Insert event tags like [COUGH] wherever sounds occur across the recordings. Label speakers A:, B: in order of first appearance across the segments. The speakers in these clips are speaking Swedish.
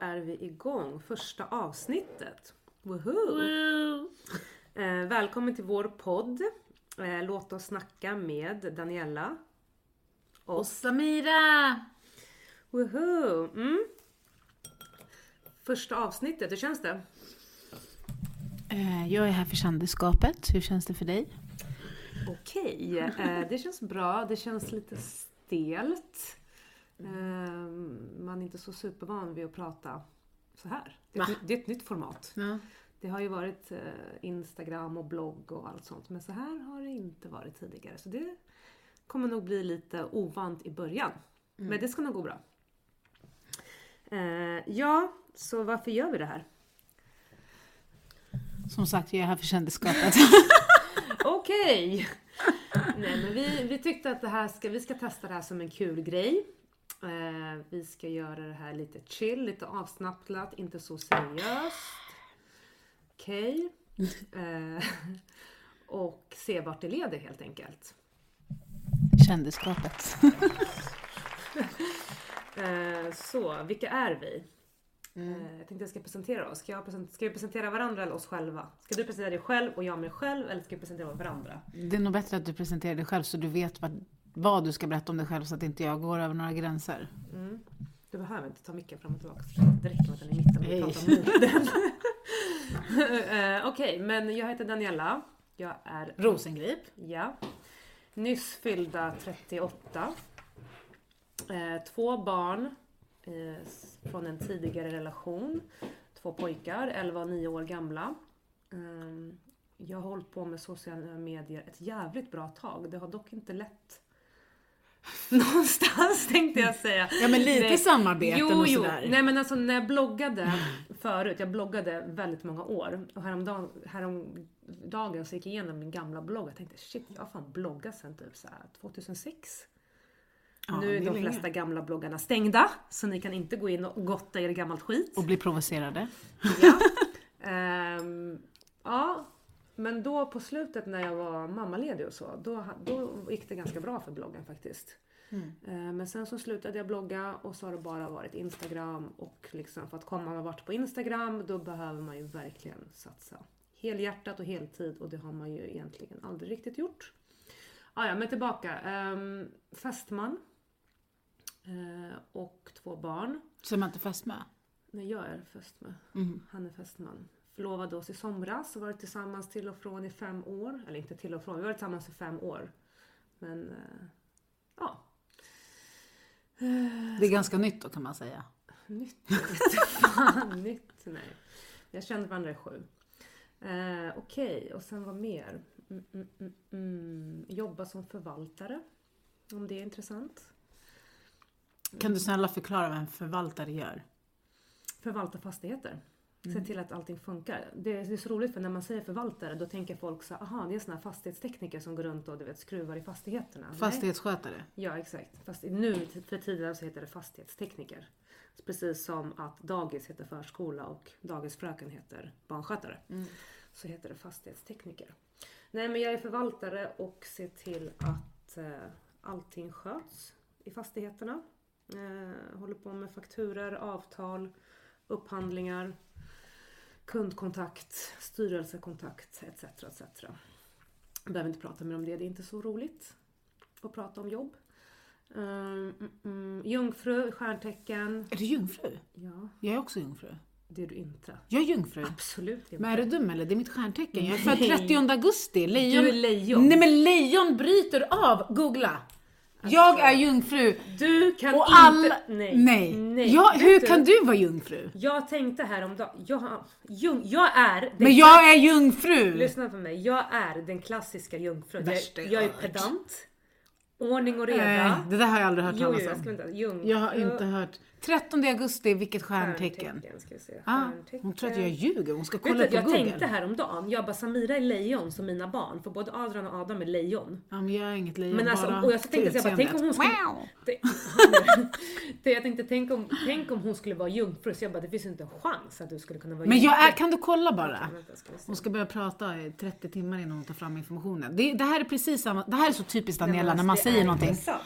A: Eh, vi igång första avsnittet. Woohoo! Eh, välkommen till vår podd. Eh, låt oss snacka med Daniela.
B: Och Samira!
A: Woohoo! Mm. Första avsnittet, hur känns det?
B: Eh, Jag är här för kändisskapet. Hur känns det för dig?
A: Okej, eh, det känns bra. Det känns lite stelt. Eh, man är inte så supervan vid att prata så här. Det är,
B: Va?
A: ett, ny- det är ett nytt format.
B: Ja.
A: Det har ju varit eh, Instagram och blogg och allt sånt. Men så här har det inte varit tidigare. Så det kommer nog bli lite ovant i början. Men det ska nog gå bra. Eh, ja, så varför gör vi det här?
B: Som sagt, jag är här för kändisskapet. [LAUGHS]
A: Okej! Nej men vi, vi tyckte att det här ska, vi ska testa det här som en kul grej. Eh, vi ska göra det här lite chill, lite avslappnat, inte så seriöst. Okej. Eh, och se vart det leder helt enkelt.
B: kändisskapet.
A: Eh, så, vilka är vi? Eh, jag tänkte jag ska presentera oss. Ska, jag present- ska vi presentera varandra eller oss själva? Ska du presentera dig själv och jag mig själv eller ska vi presentera varandra?
B: Det är nog bättre att du presenterar dig själv så du vet vad, vad du ska berätta om dig själv så att inte jag går över några gränser.
A: Mm. Du behöver inte ta micken fram och tillbaka. Det räcker med att den är i mitten. Vi
B: Hej.
A: pratar mot den. [LAUGHS] Eh, Okej, men jag heter Daniela. Jag är,
B: Rosengrip.
A: ja, nyss fyllda 38. Eh, två barn eh, s- från en tidigare relation. Två pojkar, 11 och 9 år gamla. Ehm, jag har hållit på med sociala medier ett jävligt bra tag. Det har dock inte lett [LAUGHS] någonstans tänkte jag säga.
B: Ja men lite
A: Nej.
B: samarbeten och sådär.
A: Nej men alltså när jag bloggade förut, jag bloggade väldigt många år och häromdagen, häromdagen så gick jag igenom min gamla blogg och tänkte shit jag har fan bloggat sen typ så här 2006.
B: Ja,
A: nu är
B: det
A: de
B: länge.
A: flesta gamla bloggarna stängda så ni kan inte gå in och gotta er i gammalt skit.
B: Och bli provocerade.
A: Ja. Ehm, ja. Men då på slutet när jag var mammaledig och så, då, då gick det ganska bra för bloggen faktiskt. Ehm, Men sen så slutade jag blogga och så har det bara varit Instagram och liksom för att komma någon vart på Instagram då behöver man ju verkligen satsa helhjärtat och heltid och det har man ju egentligen aldrig riktigt gjort. Ah, ja, men tillbaka. Um, fästman eh, och två barn.
B: Som jag inte fäst med.
A: Nej, jag är fästmö.
B: Mm.
A: Han är fästman. Förlovade oss i somras och varit tillsammans till och från i fem år. Eller inte till och från, vi har varit tillsammans i fem år. Men eh, ja,
B: Det är ganska nytt då kan man säga.
A: nytt. Fan, nytt. Nej. Jag kände varandra i sju. Eh, Okej, och sen vad mer? Mm, mm, mm, mm. Jobba som förvaltare. Om det är intressant.
B: Kan du snälla förklara vad en förvaltare gör?
A: Förvalta fastigheter. Se till att allting funkar. Det är, det är så roligt för när man säger förvaltare då tänker folk så här, aha det är såna här fastighetstekniker som går runt och du vet, skruvar i fastigheterna. Nej.
B: Fastighetsskötare.
A: Ja exakt. Fast nu för tiden så heter det fastighetstekniker. Precis som att dagis heter förskola och dagisfröken heter barnskötare. Så heter det fastighetstekniker. Nej men jag är förvaltare och ser till att eh, allting sköts i fastigheterna. Eh, håller på med fakturer, avtal, upphandlingar, kundkontakt, styrelsekontakt etc. etc. Jag behöver inte prata mer om det, det är inte så roligt att prata om jobb. Ehm, mm, mm, jungfru, stjärntecken.
B: Är du jungfru?
A: Ja,
B: Jag är också jungfru.
A: det är du inte.
B: Jag är jungfru.
A: Absolut inte.
B: Men är du dum eller? Det är mitt stjärntecken. Jag är född 30 augusti. Lejon.
A: Du är lejon.
B: Nej men lejon bryter av. Googla. Jag är jungfru.
A: Du kan
B: Och
A: inte...
B: alla...
A: Alltså, Nej.
B: Nej.
A: nej.
B: Jag,
A: Vet
B: hur
A: du,
B: kan du vara jungfru?
A: Jag tänkte häromdagen. Jag, har- jung, jag är... Den,
B: Men jag är jungfru!
A: Lyssna på mig. Jag är den klassiska jungfrun. Jag,
B: Värsta jag
A: jag är
B: hört.
A: pedant. Ordning och reda.
B: Nej, det där har jag aldrig hört
A: jo, jo,
B: talas
A: jag ska
B: om.
A: vänta. Jungfru.
B: Jag har inte hört. 13 augusti, vilket stjärntecken?
A: Ska vi se.
B: Ah,
A: Stjärntecken.
B: hon tror att jag ljuger, hon ska
A: Vet
B: kolla
A: du,
B: på
A: jag tänkte
B: Google.
A: häromdagen, jag bara Samira är lejon som mina barn. För både Adrian och Adam är lejon.
B: Ja, men jag är inget lejon,
A: Men alltså,
B: bara
A: och jag tänkte,
B: till
A: jag bara, tänk om hon skulle-
B: utseendet. Wow.
A: Det, det, jag tänkte, tänk om, tänk om hon skulle vara jungfru. Så jag bara, det finns ju inte en chans att du skulle kunna vara
B: Men
A: jungfru.
B: jag är, kan du kolla bara?
A: Vänta, ska vi se.
B: Hon ska börja prata i 30 timmar innan hon tar fram informationen. Det, det här är precis samma, det här är så typiskt Daniela när man
A: alltså, Det
B: säger
A: är
B: någonting.
A: intressant.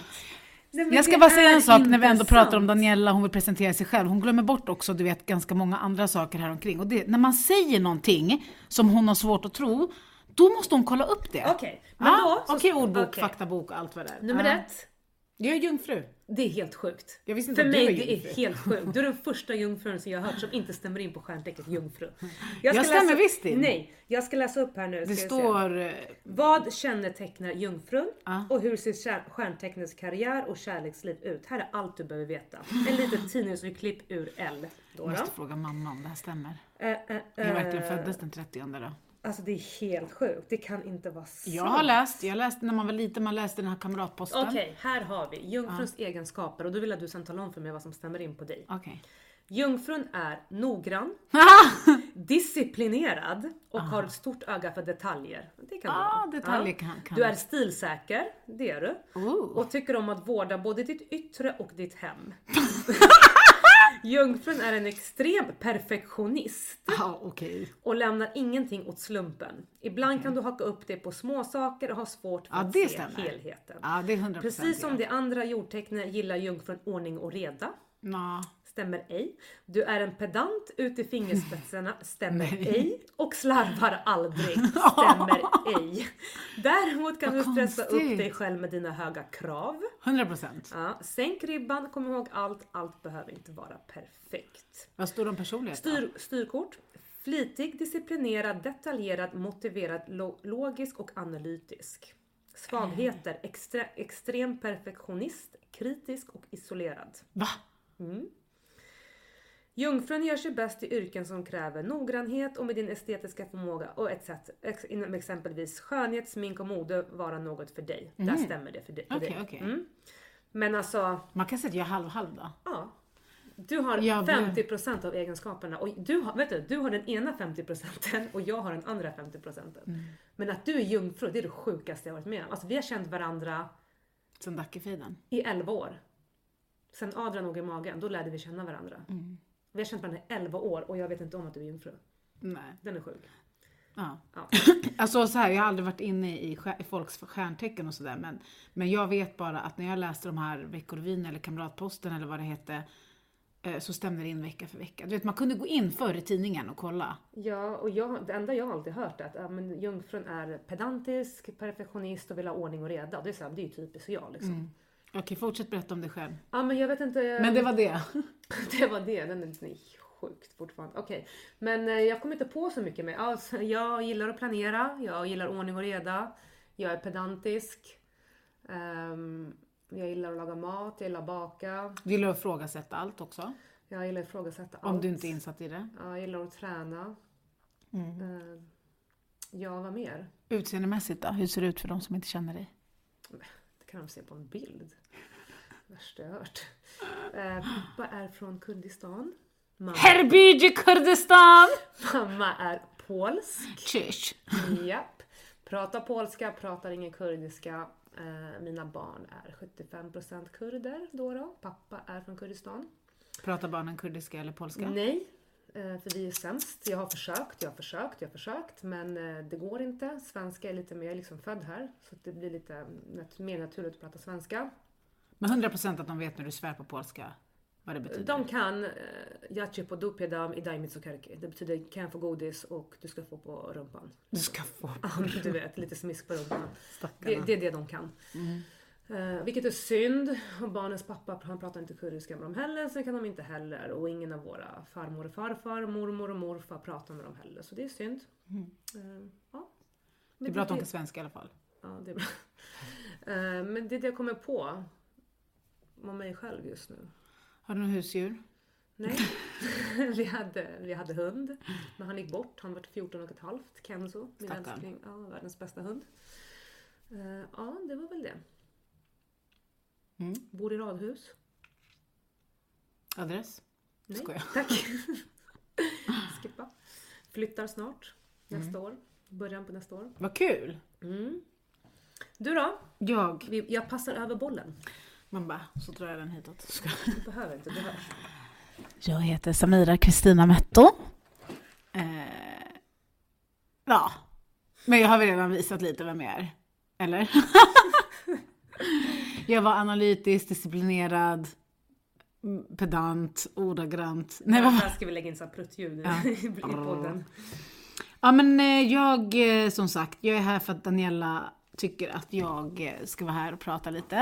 A: Nej, men
B: Jag ska
A: det
B: bara säga
A: är
B: en sak när vi ändå
A: intressant.
B: pratar om Daniela, hon vill presentera sig själv. Hon glömmer bort också, du vet, ganska många andra saker här omkring. Och det, när man säger någonting som hon har svårt att tro, då måste hon kolla upp det.
A: Okej, men
B: ja,
A: då. så-
B: Okej, ordbok,
A: okej.
B: faktabok och allt vad det är.
A: Nummer
B: ja.
A: ett.
B: Jag är jungfru.
A: Det är helt sjukt.
B: Jag visste inte
A: För
B: att du
A: mig
B: var
A: det
B: jungfru.
A: är helt sjukt. Du är den första jungfrun som jag har hört som inte stämmer in på stjärntecknet jungfru.
B: Jag
A: ska
B: stämmer
A: läsa,
B: visst in.
A: Nej, jag ska läsa upp här nu. ska
B: Det
A: jag se.
B: står... eh,
A: Vad kännetecknar jungfrun?
B: Ja.
A: Och hur ser kär- stjärntecknets karriär och kärleksliv ut? Här är allt du behöver veta. En litet tidningsurklipp ur L. Då,
B: Jag
A: då.
B: måste fråga mamma om det här stämmer.
A: Eh, eh,
B: Jag verkligen
A: eh,
B: föddes den 30 då.
A: Alltså det är helt sjukt. Det kan inte vara sant.
B: Jag har läst, jag läste när man var liten, man läste den här kamratposten.
A: Okej, här har vi jungfruns egenskaper och då vill jag att du sen talar om för mig vad som stämmer in på dig.
B: Okej.
A: Jungfrun är noggrann,
B: [LAUGHS]
A: disciplinerad och har ett stort öga för detaljer. Det kan
B: Ah,
A: du vara.
B: detaljer
A: Ja.
B: kan- kan-
A: Du är stilsäker, det är du.
B: Oh.
A: Och tycker om att vårda både ditt yttre och ditt
B: [LAUGHS]
A: hem. Jungfrun är en extrem perfektionist
B: Ja, okej.
A: och lämnar ingenting åt slumpen. Ibland kan du haka upp dig på små saker och ha svårt för
B: Ja,
A: att se
B: det stämmer.
A: helheten.
B: Ja, det är 100%
A: Precis som
B: jag.
A: det andra jordtecknet gillar jungfrun ordning och reda.
B: Nå.
A: Stämmer ej. Du är en pedant ut i fingerspetsarna. Stämmer ej. Och slarvar aldrig.
B: [LAUGHS]
A: Stämmer ej. Däremot kan
B: Vad
A: du stressa upp
B: konstigt.
A: dig själv med dina höga krav.
B: 100%.
A: Ja, sänk ribban, kom ihåg allt. Allt behöver inte vara perfekt.
B: Vad står det om personlighet då?
A: Styr, styrkort. Flitig, disciplinerad, detaljerad, motiverad, lo- logisk och analytisk.
B: Mm.
A: Svagheter. Extre, extrem perfektionist, kritisk och isolerad. Mm.
B: Va?
A: Jungfrun gör sig bäst i yrken som kräver noggrannhet och med din estetiska förmåga och etc. Ex- Inom exempelvis skönhet, smink och mode vara något för dig. Där stämmer det för dig. för
B: Mm. Okej,
A: dig.
B: okej.
A: Mm. Men alltså,
B: Man kan säga att jag är halv-halv då.
A: ja. Du har
B: Jag blev-
A: 50% av egenskaperna och du har, vet du, du har den ena 50% och jag har den andra 50%.
B: Mm.
A: Men att du är jungfru, det är det sjukaste jag varit med om. Alltså vi har känt varandra
B: Sen Dackefiden.
A: i 11 år. Sen Adrian låg i magen, då lärde vi känna varandra.
B: Mm.
A: Vi har känt varandra i 11 år och jag vet inte om att du är jungfru.
B: Nej.
A: Den är sjuk.
B: Ja.
A: Ja.
B: [CLEARS THROAT] Alltså så här, jag har aldrig varit inne i stjär- i folks stjärntecken och sådär men, men jag vet bara att när jag läste de här Veckorevyn eller Kamratposten eller vad det hette eh, så stämde det in vecka för vecka. Du vet man kunde gå in förr i tidningen och kolla.
A: Ja, och jag, det enda jag alltid hört är att ja, men jungfrun är pedantisk, perfektionist och vill ha ordning och reda. Det är, så här, det är ju typiskt jag liksom.
B: Okej, fortsätt berätta om dig själv.
A: Ja, men jag vet inte.
B: Mm. Men det var det. [LAUGHS]
A: [LAUGHS] det var det. Den är den är sjukt fortfarande. Okej, men eh, jag kommer inte på så mycket mer. Alltså, jag gillar att planera. Jag gillar ordning och reda. Jag är pedantisk. Ehm, jag gillar att laga mat. Jag gillar att baka.
B: Du gillar att ifrågasätta allt också.
A: Jag gillar att ifrågasätta allt.
B: Om du inte Mm. är insatt i det.
A: Ja, jag gillar att träna. Ehm, ja, vad mer?
B: Utseendemässigt då? Hur ser det ut för de som inte känner dig?
A: Det kan de se på en bild. [LAUGHS] Värsta jag hört. Eh, pappa är från Kurdistan. Mamma,
B: Herbiji Kurdistan!
A: mamma är polsk.
B: Tjish.
A: Japp. Pratar polska, pratar ingen kurdiska. Eh, mina barn är 75% kurder då, då. Pappa är från Kurdistan.
B: Pratar barnen kurdiska eller polska?
A: Nej, eh, för vi är sämst. Jag har försökt, jag har försökt, jag har försökt. Men eh, det går inte. Svenska är lite mer, jag är liksom född här. Så att det blir lite mm, nat- mer naturligt att prata svenska.
B: Men 100% att de vet när du svär på polska vad det betyder?
A: De kan eh, Yachi på dopedam i daimitsukärki. Det betyder kan jag få godis och du ska få på rumpan. [LAUGHS]
B: Du ska få
A: Ja, du vet, lite smisk på rumpan. Det,
B: stackarna. Mm.
A: det är det de kan. Eh, vilket är synd. Och barnens pappa han pratar inte kurdiska med dem heller, så det kan de inte heller. Och ingen av våra farmor och farfar, mormor och morfar pratar med dem heller. Så det är synd. Eh, ja.
B: Mm. det är
A: Men
B: bra att de kan svenska i alla fall.
A: Ja, det är bra. Eh, men det är det jag kommer på. Om mig själv just nu.
B: Har du några husdjur?
A: Nej, [LAUGHS] vi hade, vi hade hund. Men han gick bort. Han var 14 och ett halvt. Kenzo, min
B: Stackarn.
A: älskling. Ja, världens bästa hund. Eh, ja, det var väl det.
B: Mm.
A: Bor i radhus.
B: Adress?
A: Nej,
B: Skojar.
A: [LAUGHS]
B: [LAUGHS]
A: tack. Skippa. Flyttar snart.
B: Mm.
A: Nästa år. Början på nästa år.
B: Vad kul!
A: Mm. Du då?
B: Jag.
A: Vi- Jag passar över bollen.
B: Man bara, så drar jag den hitåt. Skojar.
A: Du behöver inte, du hörs.
B: Jag heter Samira Kristina Metto. Eh, ja, men jag har väl redan visat lite vem jag är. Eller? [LAUGHS] Jag var analytisk, disciplinerad, m- pedant, ordagrant. [LAUGHS] Nej, vad
A: Här ska vi lägga in så här pruttljud
B: Ja.
A: [LAUGHS] i podden.
B: Ja men eh, jag, eh, som sagt, jag är här för att Daniela tycker att jag eh, ska vara här och prata lite.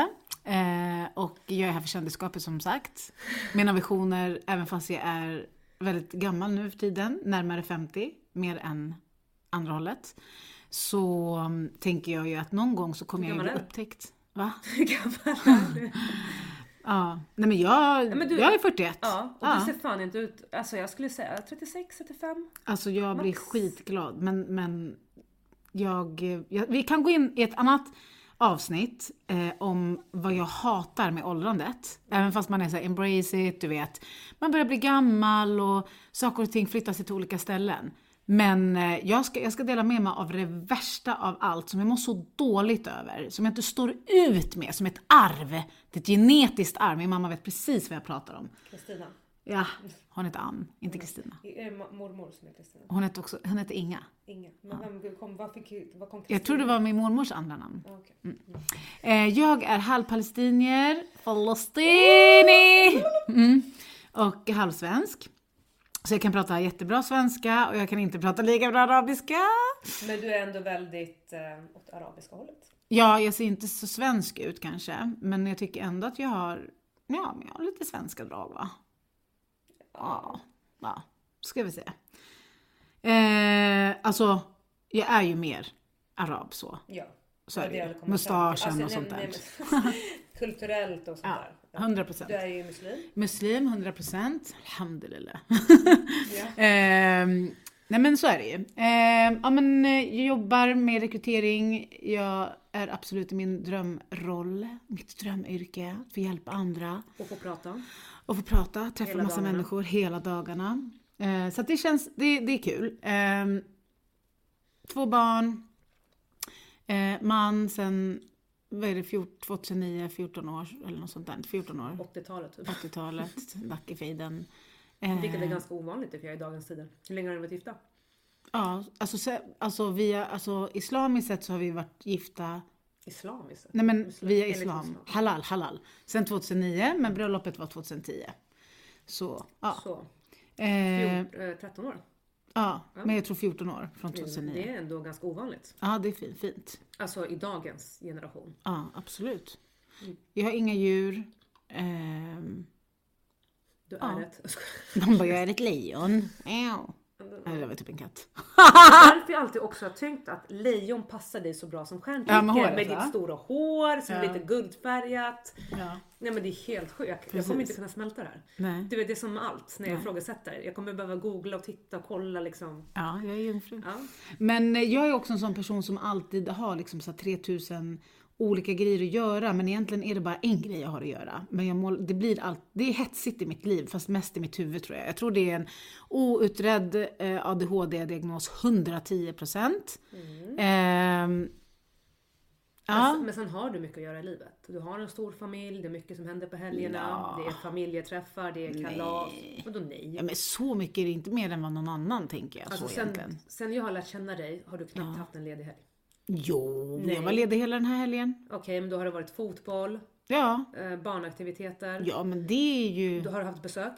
B: Eh, och jag är här för kändisskapet som sagt. Mina visioner, även fast jag är väldigt gammal nu för tiden, närmare 50, mer än andra hållet. Så mm, tänker jag ju att någon gång så kommer
A: Hur
B: jag ju bli
A: gammal är du?
B: upptäckt. Va?
A: Hur gammal är
B: [LAUGHS]
A: du?
B: Ja. Nej men jag,
A: men du-
B: jag är 41.
A: Ja, och
B: Ja.
A: du ser fan inte ut... Alltså jag skulle säga 36, 35.
B: Alltså jag blir
A: Max.
B: skitglad men, men jag, jag, vi kan gå in i ett annat avsnitt eh, om vad jag hatar med åldrandet. Även fast man är så här, embrace it, du vet. Man börjar bli gammal och saker och ting flyttar sig till olika ställen. Men eh, jag ska, jag ska dela med mig av det värsta av allt som jag mår så dåligt över, som jag inte står ut med, som ett arv. Det är ett genetiskt arv, min mamma vet precis vad jag pratar om.
A: Kristina.
B: Ja, hon heter Ann, inte Kristina.
A: Är det ma- mormor som är Kristina?
B: Hon heter också, hon heter Inga.
A: Ingen. Men vem kom, vad fick, vad kom Kristina?
B: Jag tror det var min mormors andra namn.
A: Ja, okej.
B: Eh, jag är halvpalestinier, palestini! Mm. Och halvsvensk. Så jag kan prata jättebra svenska och jag kan inte prata lika bra arabiska.
A: Men du är ändå väldigt eh, åt arabiska hållet.
B: Ja, jag ser inte så svensk ut kanske, men jag tycker ändå att jag har, ja, men jag har lite svenska drag va? Ja, ja ska vi se. Eh, alltså, jag är ju mer arab så.
A: Ja.
B: Så
A: det
B: är
A: var
B: det
A: jag hade
B: ju.
A: kommit fram
B: Mustaschen
A: till.
B: och
A: Alltså,
B: sånt där.
A: nej, nej, men-
B: [LAUGHS]
A: Kulturellt och sånt
B: Ja,
A: där. Ja.
B: 100
A: Du är ju muslim.
B: Muslim, 100%. Alhamdulillah.
A: Ja.
B: Ehm, nej men så är det ju. Ehm, ja, men, eh, jag jobbar med rekrytering. Jag är absolut i min drömroll, mitt drömyrke. Att få hjälpa andra
A: Och får prata.
B: och få prata, träffa
A: Hela
B: massa
A: dagarna.
B: människor hela dagarna. Eh, så att det känns, det, det är kul. Ehm, två barn, eh, man sen, vad är det, 14, 2009, 14 år eller något sånt där. 14 år.
A: 80-talet typ.
B: 80-talet, Dackefejden. Eh,
A: Vilket är ganska ovanligt tycker jag i dagens tider. Hur länge har ni varit gifta?
B: Ja, alltså, se- alltså, via, alltså islamiskt sett så har vi varit gifta,
A: Islamiskt?
B: nej men
A: Muslim-
B: via
A: enligt
B: islam, halal, halal. Sen 2009, men bröllopet var 2010. Så, ja.
A: Så,
B: Eh,
A: fjort, eh, 13 år. Mm,
B: ja, men jag tror 14 år från
A: Det
B: 2009.
A: är ändå ganska ovanligt.
B: Ja, det är fint, fint.
A: Alltså i dagens generation.
B: Ja, absolut.
A: Mm.
B: Jag har inga djur. Ehm,
A: Du är
B: Ja.
A: ett... Jag
B: [LAUGHS]
A: skojar.
B: man bara, jag är ett lejon. Miau. Nej, det var typ en katt.
A: Därför jag alltid också har tänkt att lejon passar dig så bra som stjärntecken.
B: Ja, med håret,
A: med
B: va?
A: ditt stora hår som är
B: Ja.
A: lite guldfärgat.
B: Ja.
A: Nej men det är helt sjukt. Jag
B: Precis.
A: kommer inte kunna smälta det här.
B: Nej.
A: Du vet det är som med allt när jag
B: Nej.
A: ifrågasätter. Jag kommer behöva googla och titta och kolla liksom.
B: Ja, jag är jungfru.
A: Ja.
B: Men eh, jag är också en sån person som alltid har liksom så här 3000 olika grejer att göra men egentligen är det bara en grej jag har att göra. Men jag mål, det blir allt, det är hetsigt i mitt liv fast mest i mitt huvud tror jag. Jag tror det är en outredd eh, ADHD-diagnos 110%.
A: Mm.
B: Ehm,
A: Men,
B: ja,
A: men sen har du mycket att göra i livet. Du har en stor familj, det är mycket som händer på helgerna. Det är familjeträffar, det är kalas. Vadå nej?
B: ja, men så mycket är det inte mer än vad någon annan tänker jag.
A: Alltså
B: så
A: sen,
B: egentligen.
A: sen jag har lärt känna dig har du knappt haft en ledig helg.
B: Jo, jag
A: Nej.
B: var ledig hela den här helgen.
A: Okej, men då har det varit fotboll,
B: Ja,
A: eh, barnaktiviteter.
B: ja men det är ju...
A: Du har haft
B: [GASPS]
A: besök.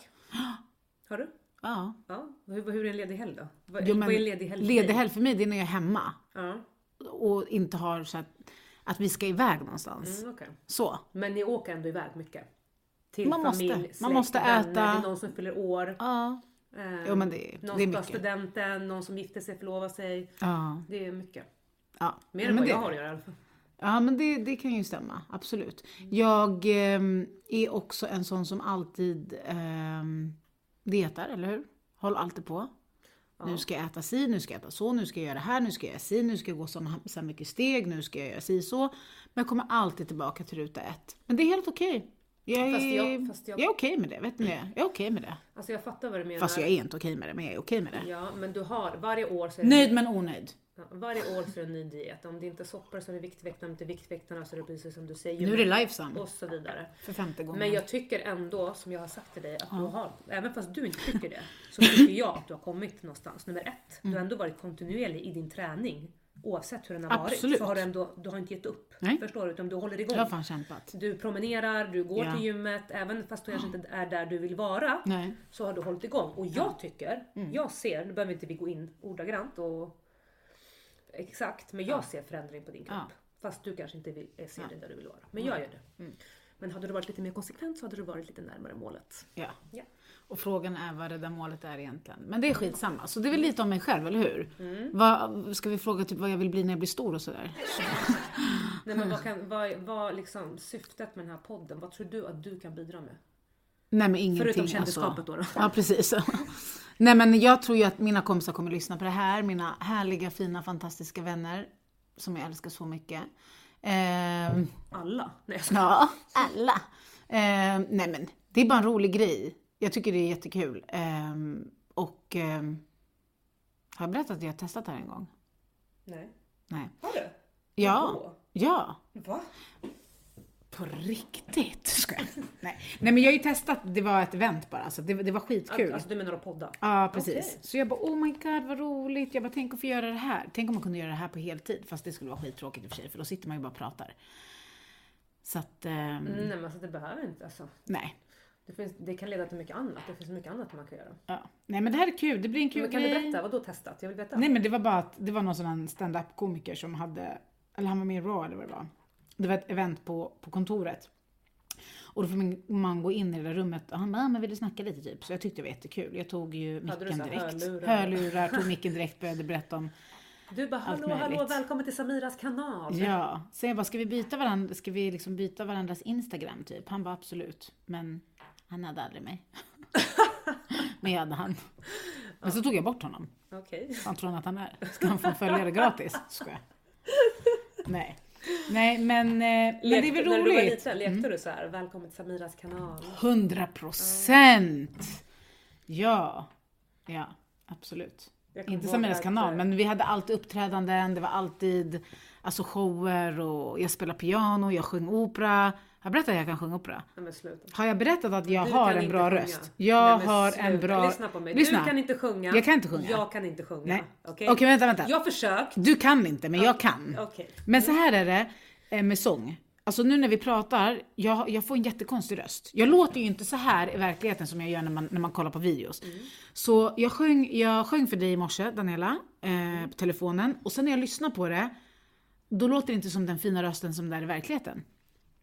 A: Har du?
B: Ja.
A: Ja. Hur, hur är en ledig helg då? Vad,
B: Jo,
A: vad
B: men
A: är en ledig helg? för
B: Ledig
A: dig?
B: helg för mig, det är när jag är hemma.
A: Ja.
B: och inte har så att, att vi ska iväg någonstans.
A: Mm, okej.
B: Så.
A: Men ni åker ändå iväg mycket? Till
B: Man måste.
A: familj,
B: Man
A: släkt,
B: måste
A: vänner,
B: äta.
A: Det är någon som fyller år.
B: Ja.
A: eh,
B: Jo, men det är-
A: någon
B: det är
A: som tar
B: mycket.
A: studenten, någon som gifter sig, förlovar sig.
B: Ja.
A: Det är mycket.
B: ja.
A: Mer
B: Ja,
A: än
B: men
A: vad
B: det,
A: jag har att göra i alla fall.
B: Ja men det, det kan ju stämma, absolut.
A: Mm.
B: Jag ehm, är också en sån som alltid ehm, dietar, eller hur? Håll alltid på. Nu ska jag äta si, nu ska jag äta så, nu ska jag göra det här, nu ska jag göra si, nu ska jag gå så, så här mycket steg, nu ska jag göra si så. Men jag kommer alltid tillbaka till ruta ett. Men det är helt okej. Jag är,
A: Fast jag-
B: jag,
A: fast jag-
B: är okej med det, vet ni det? Jag är okej med det.
A: Alltså jag fattar vad du menar.
B: Fast jag är inte okej med det, men jag är okej med det.
A: Ja, men du har, varje år så är det,
B: Nöjd men onöjd.
A: Ja, varje år så är det en ny diet. Om det inte är soppor så är det Viktväktarna, om det inte är Viktväktarna så är det precis som du säger.
B: Nu är det Lifesum
A: Och så vidare.
B: för femte gången.
A: Men jag tycker ändå, som jag har sagt till dig, att du har, även fast du inte tycker
B: Mm.
A: det, så tycker jag att du har kommit någonstans. Nummer ett, du har ändå varit kontinuerlig i din träning oavsett hur den har
B: Absolut.
A: varit. Så har du ändå, du har inte gett upp.
B: Nej.
A: Förstår du? Utan du håller igång.
B: Jag har fan kämpat.
A: Du promenerar, du går
B: Ja.
A: till gymmet, även fast du kanske inte är där du vill vara.
B: Nej.
A: Så har du hållit igång. Och jag tycker, jag ser, nu behöver inte vi gå in ordagrant och exakt, men jag ser förändring på din kropp.
B: Ja.
A: Fast du kanske inte vill, eh, ser det där du vill vara. Men jag gör det. Men hade du varit lite mer konsekvent så hade du varit lite närmare målet.
B: Ja.
A: Ja.
B: Och frågan är vad det där målet är egentligen. Men det är skitsamma. Så det är väl lite om mig själv, eller hur?
A: Mm.
B: Vad, ska vi fråga typ vad jag vill bli när jag blir stor och sådär?
A: Nej, [LAUGHS] men vad, kan, vad, vad liksom syftet med den här podden? Vad tror du att du kan bidra med?
B: Nej men ingenting.
A: Förutom kändisskapet
B: alltså.
A: då. då.
B: Ja precis. [LAUGHS] Nej men jag tror ju att mina kompisar kommer lyssna på det här. Mina härliga, fina, fantastiska vänner. Som jag älskar så mycket. Ehm,
A: Alla? Nej, jag skojar.
B: Ja, alla. Eh, nej men, det är bara en rolig grej. Jag tycker det är jättekul. Eh, och ehm, har jag berättat att jag har testat det här en gång?
A: Nej.
B: Nej.
A: Har du?
B: Ja, ja.
A: Va?
B: På riktigt? Ska jag? Nej. nej men jag har ju testat, det var ett event bara, alltså det, det var skitkul.
A: Att, alltså du menar att podda?
B: Ja, precis.
A: Okej.
B: Så jag bara, oh my god vad roligt. Jag bara, tänk att få göra det här. Tänk om man kunde göra det här på heltid. Fast det skulle vara skittråkigt i och för sig, för då sitter man ju bara och pratar. Så att, ehm,
A: Nej men alltså det behöver inte. Alltså,
B: nej.
A: det, finns, det kan leda till mycket annat. Det finns mycket annat man kan göra.
B: Ja. Nej men det här är kul, det blir en kul
A: Men kan du
B: grej.
A: berätta? Vadå testat? Jag vill veta.
B: Nej men det var bara att det var någon sån här stand-up komiker som hade, eller han var med i Raw eller vad det var. Det var ett event på, på kontoret. Och då får man- man gå in i det där rummet och han bara, "Ah, men vill du snacka lite typ? Så jag tyckte det var jättekul. Jag tog ju
A: Hade du
B: micken
A: så här
B: direkt.
A: hörlurar?
B: Hörlurar, tog micken direkt, började berätta om
A: Du bara hallå,
B: möjligt.
A: hallå, välkommen till Samiras kanal.
B: Ja, så jag bara, ska vi byta varandra, ska vi liksom byta varandras Instagram typ? Han bara absolut, men han hade
A: [LAUGHS]
B: aldrig mig. men jag hade han. Men så tog jag bort honom.
A: Okej.
B: Vad tror han att han är? Ska han få följa det gratis? Skojar. Nej. Nej men, eh, men det
A: Lekte-
B: är väl
A: När du var
B: roligt? Mm.
A: liten, lekte du så här, välkommen till Samiras kanal?
B: 100 procent! Ja. Ja, absolut.
A: Jag kommer
B: Inte
A: ihåg
B: som i deras
A: att,
B: kanal,
A: eh,
B: men vi hade alltid uppträdanden, det var alltid alltså shower och jag spelade piano, jag sjöng opera. Har jag berättat att jag kan sjunga opera?
A: Nej men sluta.
B: Har jag berättat att jag
A: Du
B: har
A: kan
B: en
A: inte
B: bra
A: sjunga.
B: röst? Jag
A: Nej, men
B: har en
A: sluta.
B: bra...
A: Lyssna på mig.
B: Lyssna.
A: Du kan inte sjunga.
B: Jag kan inte sjunga.
A: Jag kan inte sjunga.
B: Nej.
A: Okej?
B: Okej, vänta, vänta.
A: Jag har försökt.
B: Du kan inte, men jag kan.
A: Okej.
B: Men så här är det eh, med sång. Alltså nu när vi pratar, jag, jag får en jättekonstig röst. Jag låter ju inte så här i verkligheten som jag gör när man, när man kollar på videos. Så jag sjöng, jag sjöng för dig i morse, Daniela, eh, på telefonen. Och sen när jag lyssnar på det, då låter det inte som den fina rösten som det är i verkligheten.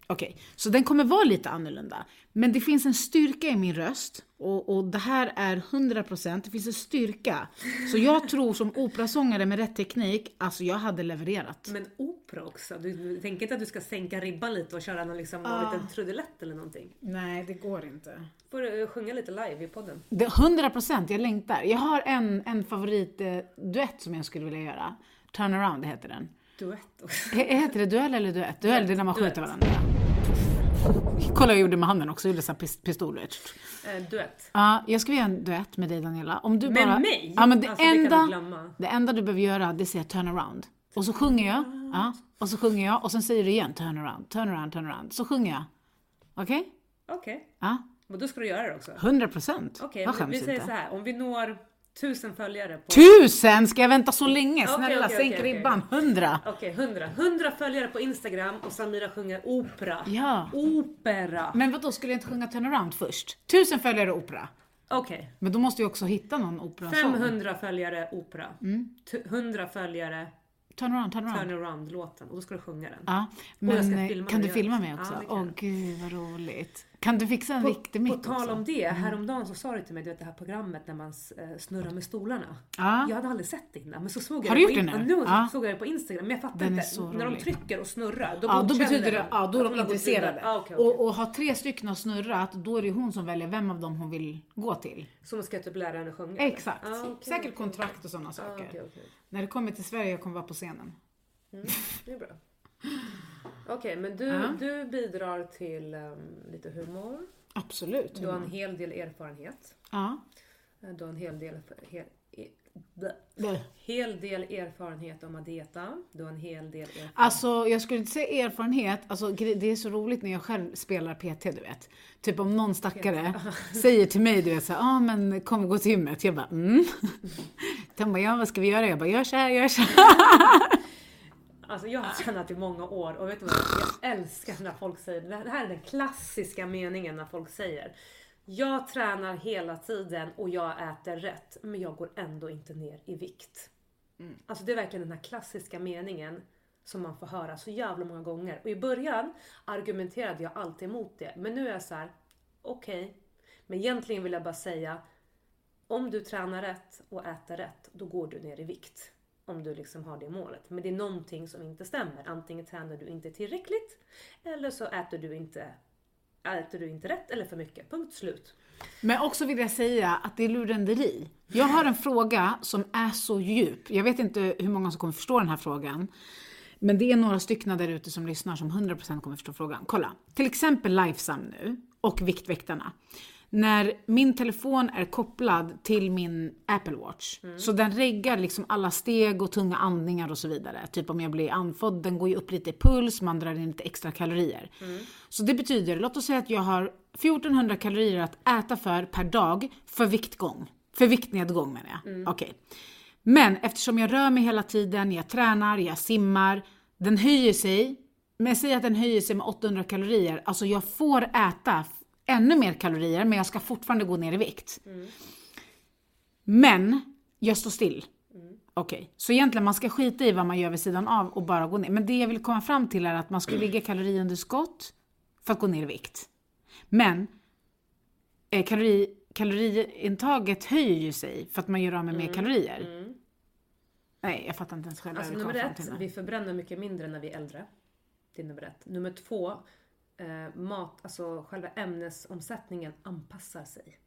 B: Okej, så den kommer vara lite annorlunda. Men det finns en styrka i min röst och, och det här är 100%, det finns en styrka. Så jag tror som operasångare med rätt teknik, alltså jag hade levererat.
A: Men opera också. Du, du tänker inte att du ska sänka ribban lite och köra någon, liksom, någon
B: Ah.
A: liten trudelutt eller någonting?
B: Nej, det går inte.
A: Får du eh, sjunga lite live i podden?
B: Det, 100%, jag längtar. Jag har en, en favoritduett eh, duett som jag skulle vilja göra. Turnaround heter den.
A: Duett också.
B: H- heter det duell eller duett? Duell, det är när man skjuter varandra. Kolla jag gjorde med handen också, jag gjorde så här pis- pistoler.
A: Eh, duett.
B: Ja, jag ska göra en duett med dig Daniela. Om du
A: Med
B: bara...
A: mig?
B: Ja, men det,
A: Alltså, det kan du
B: enda, det,
A: glömma.
B: enda du behöver göra, det är att säga turnaround. Och så sjunger jag. Ja, och så sjunger jag och sen säger du igen turnaround, turnaround, turnaround. Så sjunger jag. Okej?
A: Okej.
B: Ja,
A: Men då ska du göra det också.
B: 100 procent.
A: Okej,
B: jag
A: men vi
B: skäms
A: säger
B: inte.
A: så här. Om vi når tusen följare på...
B: Tusen! Ska jag vänta så länge?
A: Okej,
B: Snälla,
A: okej,
B: sänk
A: okej, okej.
B: ribban. Hundra!
A: Okej, hundra. Hundra följare på Instagram och Samira sjunger opera.
B: Ja.
A: Opera!
B: Men vadå, skulle jag inte sjunga turnaround först? Tusen följare opera.
A: Okej.
B: Men då måste jag också hitta någon operasång.
A: 500 följare opera.
B: Mm.
A: Tu- 100 följare
B: Turnaround, turnaround.
A: turnaround-låten och då ska du sjunga den.
B: Ja,
A: Och jag ska
B: men eh,
A: filma
B: kan
A: när
B: du
A: jag
B: filma
A: gör
B: mig
A: det.
B: också?
A: Ja, det
B: Åh
A: kan jag.
B: gud vad roligt. Kan du fixa en riktig
A: På
B: mick
A: tal
B: också?
A: om det, häromdagen så sa du till mig du vet, det här programmet när man eh, snurrar med stolarna.
B: Ja.
A: Jag hade aldrig sett det innan men så såg jag
B: Har
A: det,
B: du
A: på
B: gjort det
A: in-
B: nu?
A: Ja, nu
B: Ja.
A: såg jag det på Instagram men jag fattar
B: Den är
A: inte.
B: så
A: när de
B: rolig.
A: trycker och snurrar då,
B: Ja, då
A: godkänner
B: betyder det,
A: de.
B: ja, då är
A: Att
B: de
A: man har gått
B: intresserade.
A: vidare. Ah, okej, okej.
B: Och, och har tre stycken har snurrat, då är det hon som väljer vem av dem hon vill gå till.
A: Som ska typ lära henne att sjunga? eller?
B: Exakt.
A: Ah, okej.
B: Säkert kontrakt och sådana
A: Ah,
B: saker.
A: okej, okej. Mm,
B: När det kommer till Sverige jag kommer vara på scenen. [LAUGHS]
A: Det är bra. Okej, men du,
B: Ja.
A: du bidrar till ehm, lite humor.
B: Absolut.
A: Du har en hel del erfarenhet.
B: Ja.
A: Eh, Du har en hel del, hel, e, bleh. hel del erfarenhet om att dieta. Du har en hel del erfarenhet.
B: Alltså jag skulle inte säga erfarenhet, alltså, gre- det är så roligt när jag själv spelar PT du vet. Typ om någon stackare [LAUGHS] säger till mig du vet såhär, ah, men kom och gå [LAUGHS] till gymmet. Jag bara mm. De bara, ja vad ska vi göra? Jag bara, gör så här, gör så här.
A: Alltså jag har tränat i många år och vet du vad? Jag älskar när folk säger det. Det här är den klassiska meningen när folk säger. Jag tränar hela tiden och jag äter rätt men jag går ändå inte ner i vikt.
C: Mm.
A: Alltså det är verkligen den här klassiska meningen som man får höra så jävla många gånger. Och i början argumenterade jag alltid emot det. Men nu är jag så här, okej. Men egentligen vill jag bara säga, om du tränar rätt och äter rätt, då går du ner i vikt. Om du liksom har det målet. Men det är någonting som inte stämmer. Antingen tränar du inte tillräckligt eller så äter du inte, äter du inte rätt eller för mycket. Punkt slut.
B: Men också vill jag säga att det är lurenderi. Jag har en fråga som är så djup. Jag vet inte hur många som kommer förstå den här frågan. Men det är några stycken där ute som lyssnar som 100% kommer förstå frågan. Kolla! Till exempel Lifesum nu och Viktväktarna. När min telefon är kopplad till min Apple Watch, så den reggar liksom alla steg och tunga andningar och så vidare. Typ om jag blir andfådd, den går ju upp lite i puls, man drar in lite extra kalorier. Så det betyder, låt oss säga att jag har 1400 kalorier att äta för per dag för viktgång. För viktnedgång menar jag. Okej. Men eftersom jag rör mig hela tiden, jag tränar, jag simmar, den höjer sig. Men säg att den höjer sig med 800 kalorier, alltså jag får äta f- ännu mer kalorier men jag ska fortfarande gå ner i vikt. Men jag står still. Okej, så egentligen man ska skita i vad man gör vid sidan av och bara gå ner. Men det jag vill komma fram till är att man ska ligga i kaloriunderskott för att gå ner i vikt. Men eh, kalori, kaloriintaget höjer ju sig för att man gör av med mer kalorier.
A: Mm.
B: Nej, jag fattar inte ens själv
A: Alltså
B: hur jag
A: nummer
B: kom fram till
A: ett,
B: det.
A: vi förbränner mycket mindre när vi är äldre. Det är nummer ett. Nummer två, eh, mat, alltså själva ämnesomsättningen anpassar sig.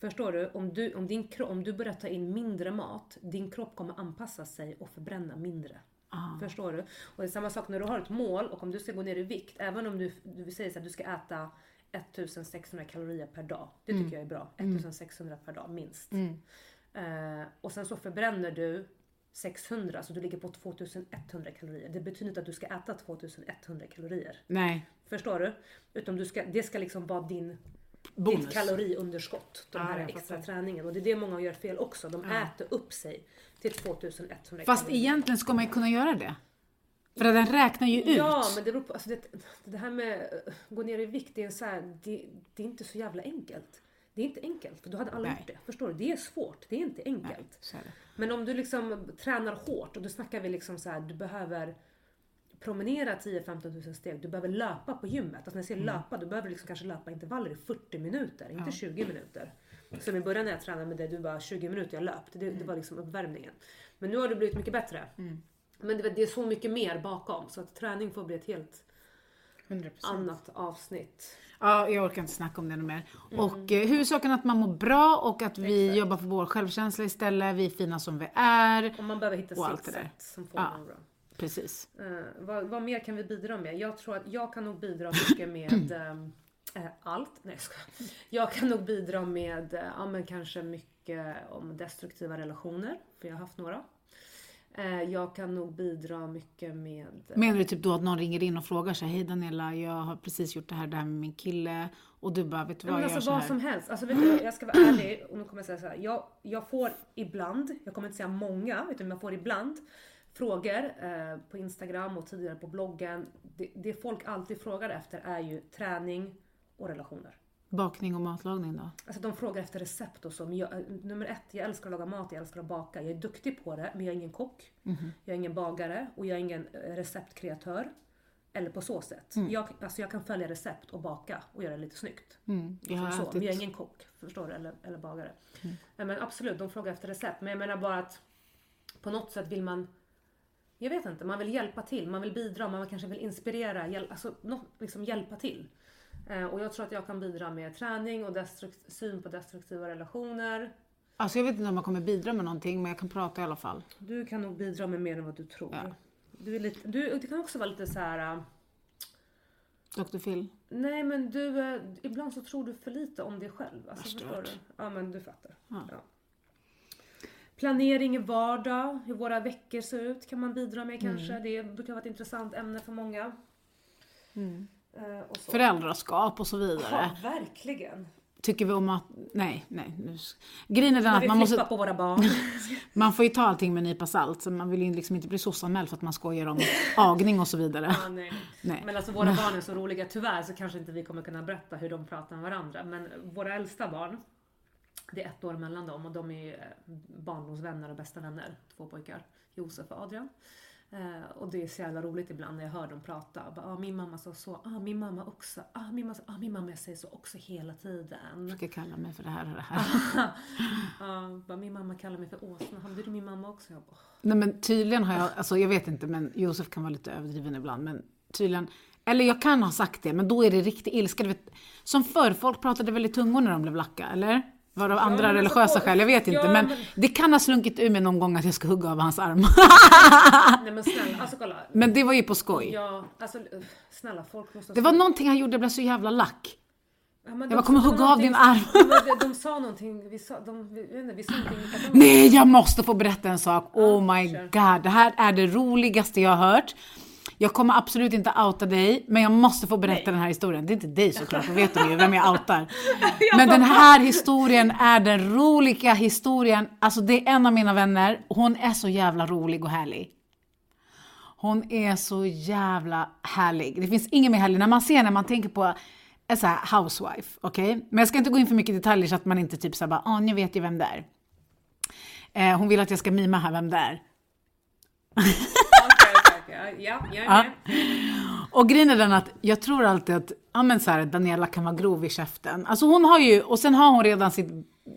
A: Förstår du? Om du, om, din, kro- om du börjar ta in mindre mat, din kropp kommer anpassa sig och förbränna mindre.
B: Ah.
A: Förstår du? Och det är samma sak när du har ett mål och om du ska gå ner i vikt, även om du, du säger så att du ska äta 1600 kalorier per dag. Det
B: Mm.
A: tycker jag är bra. 1600 per dag minst.
B: Mm.
A: Eh, och sen så förbränner du 600 så du ligger på 2100 kalorier. Det betyder inte att du ska äta 2100 kalorier.
B: Nej,
A: Förstår du? Utan du ska, det ska liksom vara din, ditt
B: bonus.
A: kaloriunderskott. Den
B: Ja,
A: här
B: jag
A: extra
B: fattar. Ah.
A: träningen. Och det är det många gör fel också. De äter upp sig till 2100
B: Fast
A: kalorier.
B: egentligen ska man ju kunna göra det. För att den räknar ju ut.
A: Ja, men det beror på. Alltså det, det här med eh, gå ner i vikt, det är, en så här, det, det är inte så jävla enkelt. Det är inte enkelt, för då hade alla
B: Nej.
A: gjort det. Förstår du? Det är svårt, det är inte enkelt.
B: Nej, så är det.
A: Men om du liksom tränar hårt och då snackar vi liksom så här, du behöver promenera 10-15 000 steg, du behöver löpa på gymmet. Alltså när jag säger
B: Mm.
A: löpa, du behöver liksom kanske löpa intervaller i 40 minuter, inte 20 minuter.
B: Mm.
A: Som i början när jag tränade med dig, du bara 20 minuter jag löpte, det, det var liksom uppvärmningen. Men nu har du blivit mycket bättre.
B: Mm.
A: Men det, det är så mycket mer bakom så att träning får bli ett helt
B: 100%.
A: annat avsnitt.
B: Ja, jag orkar inte snacka om det ännu mer.
A: Mm.
B: Och eh, huvudsaken är att man mår bra och att vi jobbar för vår självkänsla istället. Vi är fina som vi är.
A: Och man behöver hitta
B: Och allt
A: sitt
B: det där.
A: sätt som får
B: Ja.
A: en bra.
B: Precis.
A: Eh, vad, vad mer kan vi bidra med? Jag tror att jag kan nog bidra mycket med ehm, eh, allt. Nej jag skojar. Jag kan nog bidra med eh, ja, men kanske mycket om destruktiva relationer, för jag har haft några. Eh, jag kan nog bidra mycket med...
B: Menar du typ då att någon ringer in och frågar sig Hej Daniela, jag har precis gjort det här, det här med min kille. Och du bara, vet du
A: Ja,
B: vad,
A: men
B: jag gör
A: alltså
B: så
A: vad
B: här.
A: som helst. Alltså, vet du, jag ska vara ärlig och nu kommer jag säga så här. Jag, jag får ibland, jag kommer inte säga många, utan jag får ibland frågor eh, på Instagram och tidigare på bloggen. Det, det folk alltid frågar efter är ju träning och relationer.
B: Bakning och matlagning då?
A: Alltså de frågar efter recept och så. Men jag, eh, nummer ett, jag älskar att laga mat, jag älskar att baka. Jag är duktig på det, men jag är ingen kock.
B: Mhm.
A: Jag är ingen bagare och jag är ingen eh, receptkreatör. Eller på så sätt. Jag, alltså jag kan följa recept och baka och göra det lite snyggt.
B: Mm, jag har
A: Som Alltså, så, men jag är
B: ätit.
A: ingen kock, förstår du? Eller, eller bagare. Nej, Men absolut, de frågar efter recept. Men jag menar bara att på något sätt vill man jag vet inte, man vill hjälpa till, man vill bidra, man kanske vill inspirera, hjäl- alltså, nå- liksom hjälpa till. Eh, och jag tror att jag kan bidra med träning och destrukt- syn på destruktiva relationer.
B: Alltså jag vet inte om jag kommer bidra med någonting, men jag kan prata i alla fall.
A: Du kan nog bidra med mer än vad du tror.
B: Ja.
A: Du, är lite, du, och det kan också vara lite så här. eh,
B: Dr Phil.
A: nej men du, eh, ibland så tror du för lite om dig själv. Alltså,
B: Förstört.
A: förstår du? Ja men du fattar.
B: Ja.
A: Ja. Planering i vardag, hur våra veckor ser ut kan man bidra med kanske.
B: Mm.
A: Det brukar vara ett intressant ämne för många. Eh, och så.
B: Mm. Föräldraskap och så vidare.
A: Ja, verkligen.
B: tycker vi om att... Nej, nej. Nu... s- Grejen är den
A: Man
B: att
A: vill
B: man
A: flippa
B: måste...
A: på våra barn.
B: Man får ju ta allting med en nypa salt, så man vill ju liksom inte bli sossanmäld för att man skojar om agning och så vidare.
A: ja, nej.
B: Nej.
A: Men alltså våra barn är så roliga. Tyvärr så kanske inte vi kommer kunna berätta hur de pratar med varandra. Men våra äldsta barn, det är ett år mellan dem och de är ju eh, barndomsvänner och bästa vänner. Två pojkar, Josef och Adrian. Eh, och det är så jävla roligt ibland när jag hör dem prata. Bara, Ah, min mamma sa så, ah, min mamma också, ah, min mamma, sa- ah, min mamma säger så också hela tiden.
B: [LAUGHS] Jag brukar kalla mig för det här och det här.
A: Ja, bara, min mamma kallar mig för åsna. Han blir min mamma också. Jag bara,
B: Nej men tydligen har jag, alltså jag vet inte men Josef kan vara lite överdriven ibland men tydligen, eller jag kan ha sagt det men då är det riktig ilska. Du vet, som förr, folk pratade väldigt tungor när de blev lacka, eller? Var det av andra
A: men alltså,
B: religiösa
A: folk-
B: skäl, jag vet inte.
A: ja,
B: men,
A: men-
B: det kan ha slunkit ur mig någon gång att jag ska hugga av hans arm. Ah.
A: Nej men snälla, alltså kolla.
B: [LAUGHS] men det var ju på skoj.
A: Ja, alltså snälla folk måste...
B: Det var någonting han gjorde, jag blev så jävla lack.
A: Ja, men
B: Jag bara,
A: sa
B: kommer hugga av
A: någonting-
B: din arm.
A: Ja, men de, de sa någonting, vi sa, de, vi, jag vet inte, vi sa någonting. att de-
B: Nej, jag måste få berätta en sak. Oh my
A: kör.
B: god, det här är det roligaste jag har hört. Jag kommer absolut inte outa dig, men jag måste få berätta den här historien. Det är inte dig såklart, då vet du ju vem jag outar. Men den här historien är den roliga historien. Alltså det är en av mina vänner, hon är så jävla rolig och härlig. Hon är så jävla härlig. Det finns ingen mer härlig. När man ser när man tänker på en så här housewife, okej? Men jag ska inte gå in för mycket detaljer så att man inte typ såhär bara, ah, nu vet jag vem det är. Eh, hon vill att jag ska mima här vem det är.
A: Okej, okej, okej. Ja, jag är med.
B: Och grejen är den att jag tror alltid att ja, men så här, Daniela kan vara grov i käften. Alltså hon har ju, och sen har hon redan sitt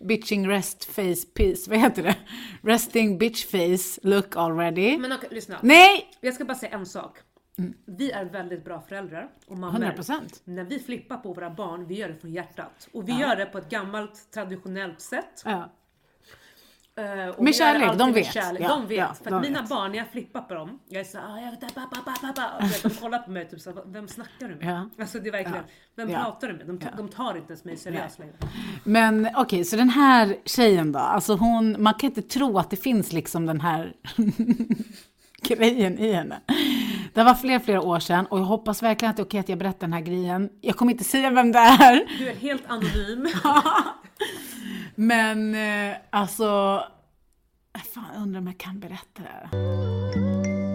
B: bitching rest face piece, [LAUGHS] vad heter det? Resting bitch face look already.
A: Men okej, lyssna.
B: Nej!
A: Jag ska bara säga en sak.
B: Mm.
A: Vi är väldigt bra föräldrar och mammor.
B: 100%.
A: När vi flippar på våra barn, vi gör det från hjärtat. Och vi gör det på ett gammalt traditionellt sätt.
B: Ja.
A: Eh, och vi gör
B: Med kärlek,
A: det alltid
B: de
A: med
B: vet.
A: Kärlek.
B: Ja,
A: de vet.
B: ja,
A: för att
B: de
A: mina
B: vet.
A: barn, när jag flippar på dem, jag är såhär, "Ah, jag vet, ba, ba, ba, ba, ba. Och vet, de kollar på mig typ såhär, vem snackar du med?
B: Ja.
A: Alltså det är verkligen,
B: Ja.
A: vem
B: Ja.
A: pratar du med? De, ta- de tar inte ens mig seriöst längre.
B: Men okej, så den här tjejen då, alltså hon, man kan inte tro att det finns liksom den här [LAUGHS] grejen i henne. Det här var flera, flera år sedan och jag hoppas verkligen att det är okej att jag berättar den här grejen. Jag kommer inte säga vem det är.
A: Du är helt
B: [LAUGHS]
A: anonym.
B: Men eh, alltså, fan jag undrar om jag kan berätta det här.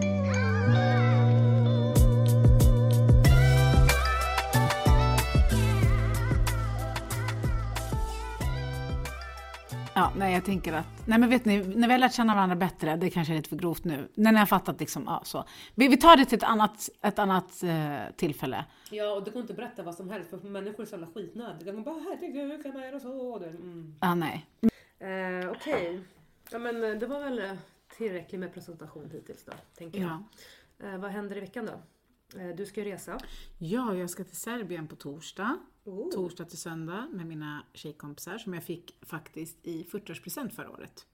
B: Ja, nej jag tänker att, nej men vet ni, när vi har lärt känna varandra bättre, det kanske är lite för grovt nu, när ni har fattat liksom, ja så. Vi, vi tar det till ett annat, ett annat eh, tillfälle.
A: ja och det går inte att berätta vad som helst för människor är så jävla skitnödiga. De bara, herregud kan man göra så? Mm.
B: Ja, nej.
A: Eh, Okej, ja men eh, det var väl eh, tillräckligt med presentation hittills då, tänker jag.
B: Ja.
A: Eh, vad händer i veckan då? Eh, du ska ju resa.
B: ja, jag ska till Serbien på torsdag.
A: Oh.
B: torsdag till söndag med mina tjejkompisar som jag fick faktiskt i 40-årspresent förra året.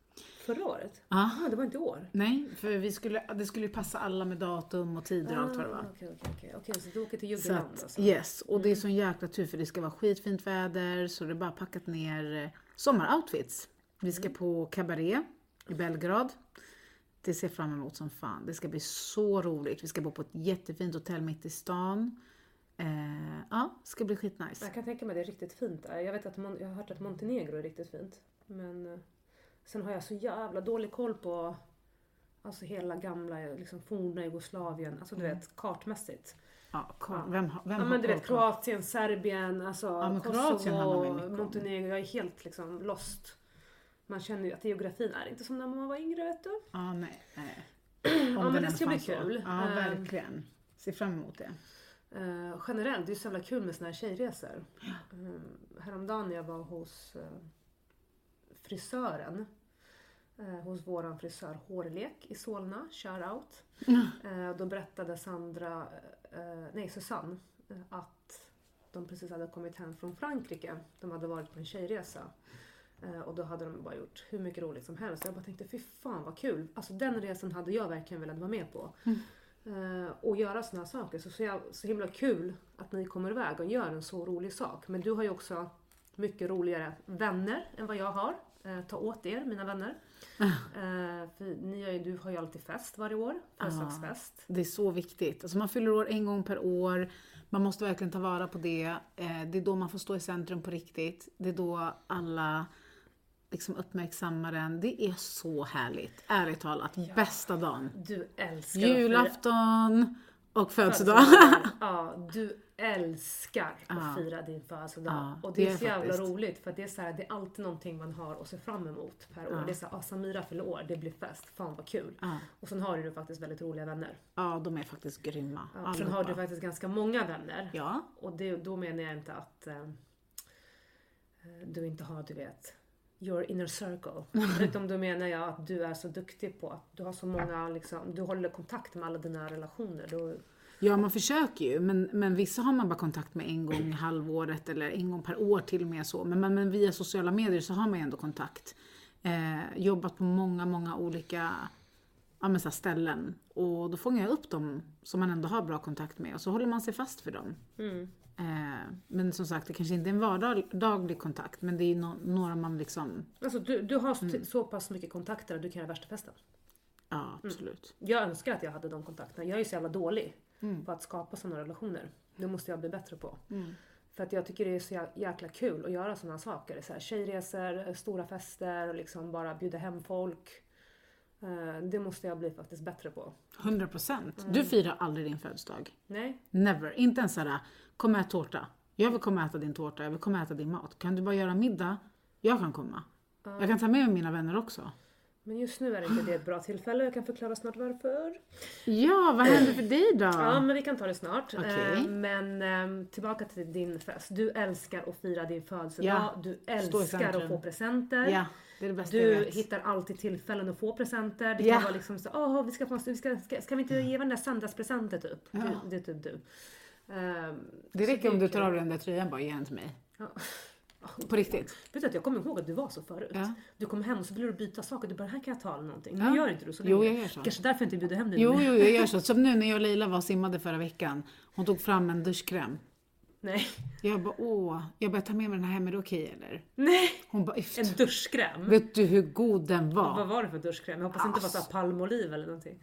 A: Förra året?
B: Ah.
A: Ah, det var inte i år?
B: Nej, för vi skulle, det skulle ju passa alla med datum och tider och allt vad det var.
A: Ah, Okej, okej, okej. Okej, så du åker till
B: Så
A: Jugoland
B: att,
A: alltså?
B: yes, och det är sån jäkla tur för det ska vara skitfint väder så det är bara packat ner eh, sommaroutfits. Vi
A: Mm.
B: ska på cabaret i Belgrad. Det ser jag fram emot som fan. Det ska bli så roligt. Vi ska bo på ett jättefint hotell mitt i stan. Eh, ja, det ska bli skitnice.
A: Jag kan tänka mig det är riktigt fint där. Jag, vet att Mon- jag har hört att Montenegro är riktigt fint. Men eh, sen har jag så jävla dålig koll på alltså hela gamla, liksom forna Jugoslavien. Alltså du vet kartmässigt.
B: Ja, kom, vem, har- vem
A: Ja
B: Mm. har
A: men du vet
B: koll på-
A: Kroatien, Serbien, alltså
B: men Kroatien handlar man ju mycket
A: Kosovo,
B: om.
A: Montenegro. Jag är helt liksom lost. Man känner ju att geografin är inte som när man var yngre vet du.
B: Ja, nej.
A: [CLEARS THROAT]
B: nej.
A: Ja,
B: den
A: men det
B: ens
A: ska bli
B: fanns då.
A: kul.
B: Ja,
A: Ehm.
B: verkligen. Se fram emot det.
A: Eh, generellt, det är så jävla kul med såna här tjejresor. Mm, häromdagen när jag var hos eh, frisören, eh, hos våran frisör Hårlek i Solna, shoutout. Eh, då berättade Sandra, eh, nej Susanne, eh, att de precis hade kommit hem från Frankrike. De hade varit på en tjejresa. Eh, och då hade de bara gjort hur mycket roligt som helst. Jag bara tänkte, fy fan vad kul. Alltså den resan hade jag verkligen velat vara med på. Eh, och göra sådana här saker. Så, så, jag, så himla kul att ni kommer iväg och gör en så rolig sak. Men du har ju också mycket roligare vänner än vad jag har. Eh, ta åt er mina vänner. Eh, för ni har ju, du har ju alltid fest varje år, födelsedagsfest.
B: Det är så viktigt. Alltså man fyller år en gång per år. Man måste verkligen ta vara på det. Eh, Det är då man får stå i centrum på riktigt. Det är då alla liksom uppmärksammar en. Det är så härligt. Ärligt talat, bästa dagen.
A: Du älskar att fira
B: Julafton och födelsedag. [LAUGHS]
A: födelsedagar. Ja, du älskar att fira din födelsedag.
B: Ja,
A: och det,
B: det
A: är
B: är
A: så jävla
B: faktiskt.
A: roligt för att det är, så här, det är alltid någonting man har att se fram emot per år. Det är såhär, ah, Samira fyller år, det blir fest, fan vad kul. Och sen har du faktiskt väldigt roliga vänner.
B: Ja, de är faktiskt grymma.
A: Ja, sen har
B: allihopa.
A: du faktiskt ganska många vänner.
B: Ja.
A: Och det, då menar jag inte att eh, du inte har, du vet, your inner
B: [LAUGHS]
A: circle. Utan då menar jag att du är så duktig på att du har så många, liksom, du håller kontakt med alla dina relationer. Du,
B: Ja, man försöker ju, men, men vissa har man bara kontakt med en gång i halvåret eller en gång per år till och med. Så. Men, men, men via sociala medier så har man ju ändå kontakt. Eh, jobbat på många, många olika ja, men så här ställen och då fångar jag upp dem som man ändå har bra kontakt med och så håller man sig fast för dem. Eh, men som sagt, det kanske inte är en vardaglig kontakt, men det är ju no- några man liksom,
A: alltså du, du har st- så pass mycket kontakter att du kan göra värsta festen.
B: ja absolut.
A: Jag önskar att jag hade de kontakterna. Jag är ju så jävla dålig på att skapa sådana relationer. Det måste jag bli bättre på. För att jag tycker det är så jä- jäkla kul att göra sådana saker. Så här, tjejresor, eh, stora fester och liksom bara bjuda hem folk. Eh, Det måste jag bli faktiskt bättre på.
B: 100 procent. Du firar aldrig din födelsedag.
A: Nej,
B: Never. Inte ens såhär, kom och ät tårta. Jag vill komma och äta din tårta, jag vill komma och äta din mat. Kan du bara göra middag? Jag kan komma. Jag kan ta med mig mina vänner också.
A: men just nu är inte det ett bra tillfälle. Jag kan förklara snart varför.
B: Ja, vad händer för dig då?
A: Ja, men vi kan ta det snart.
B: Okej.
A: Eh, Men ehm, tillbaka till din fest. Du älskar att fira din födelsedag.
B: Ja,
A: Du
B: stå i
A: älskar
B: centrum.
A: att få presenter.
B: Ja, det är det bästa jag
A: Du
B: vet.
A: hittar alltid tillfällen att få presenter. Det
B: Ja.
A: kan vara liksom så, åh, vi ska, få, vi ska, ska, ska vi inte ge den där söndagspresenten typ? Det, det är typ du. Ehm,
B: Det
A: så
B: räcker om du
A: är
B: tar
A: kul.
B: av dig den där tröjan bara, ge den till mig.
A: Ja.
B: På riktigt.
A: Vet du att jag kommer ihåg att du var så förut.
B: Ja.
A: Du kom hem och så ville du byta saker. Du bara, här kan jag ta eller någonting.
B: Ja.
A: Nu gör inte du så länge.
B: Jo, jag gör så.
A: Kanske därför jag inte bjuder hem dig.
B: Jo,
A: nu.
B: jo, jag gör så. Som nu när jag och Leila var och simmade förra veckan. Hon tog fram en duschkräm.
A: Nej.
B: Jag bara, åh. Jag bara, ta med mig den här hem, är det okej eller?
A: Nej.
B: Hon bara, "Iff,
A: En duschkräm.
B: vet du hur god den var?
A: Vad var det för duschkräm? Jag hoppas det inte det var såhär palmoliv eller någonting.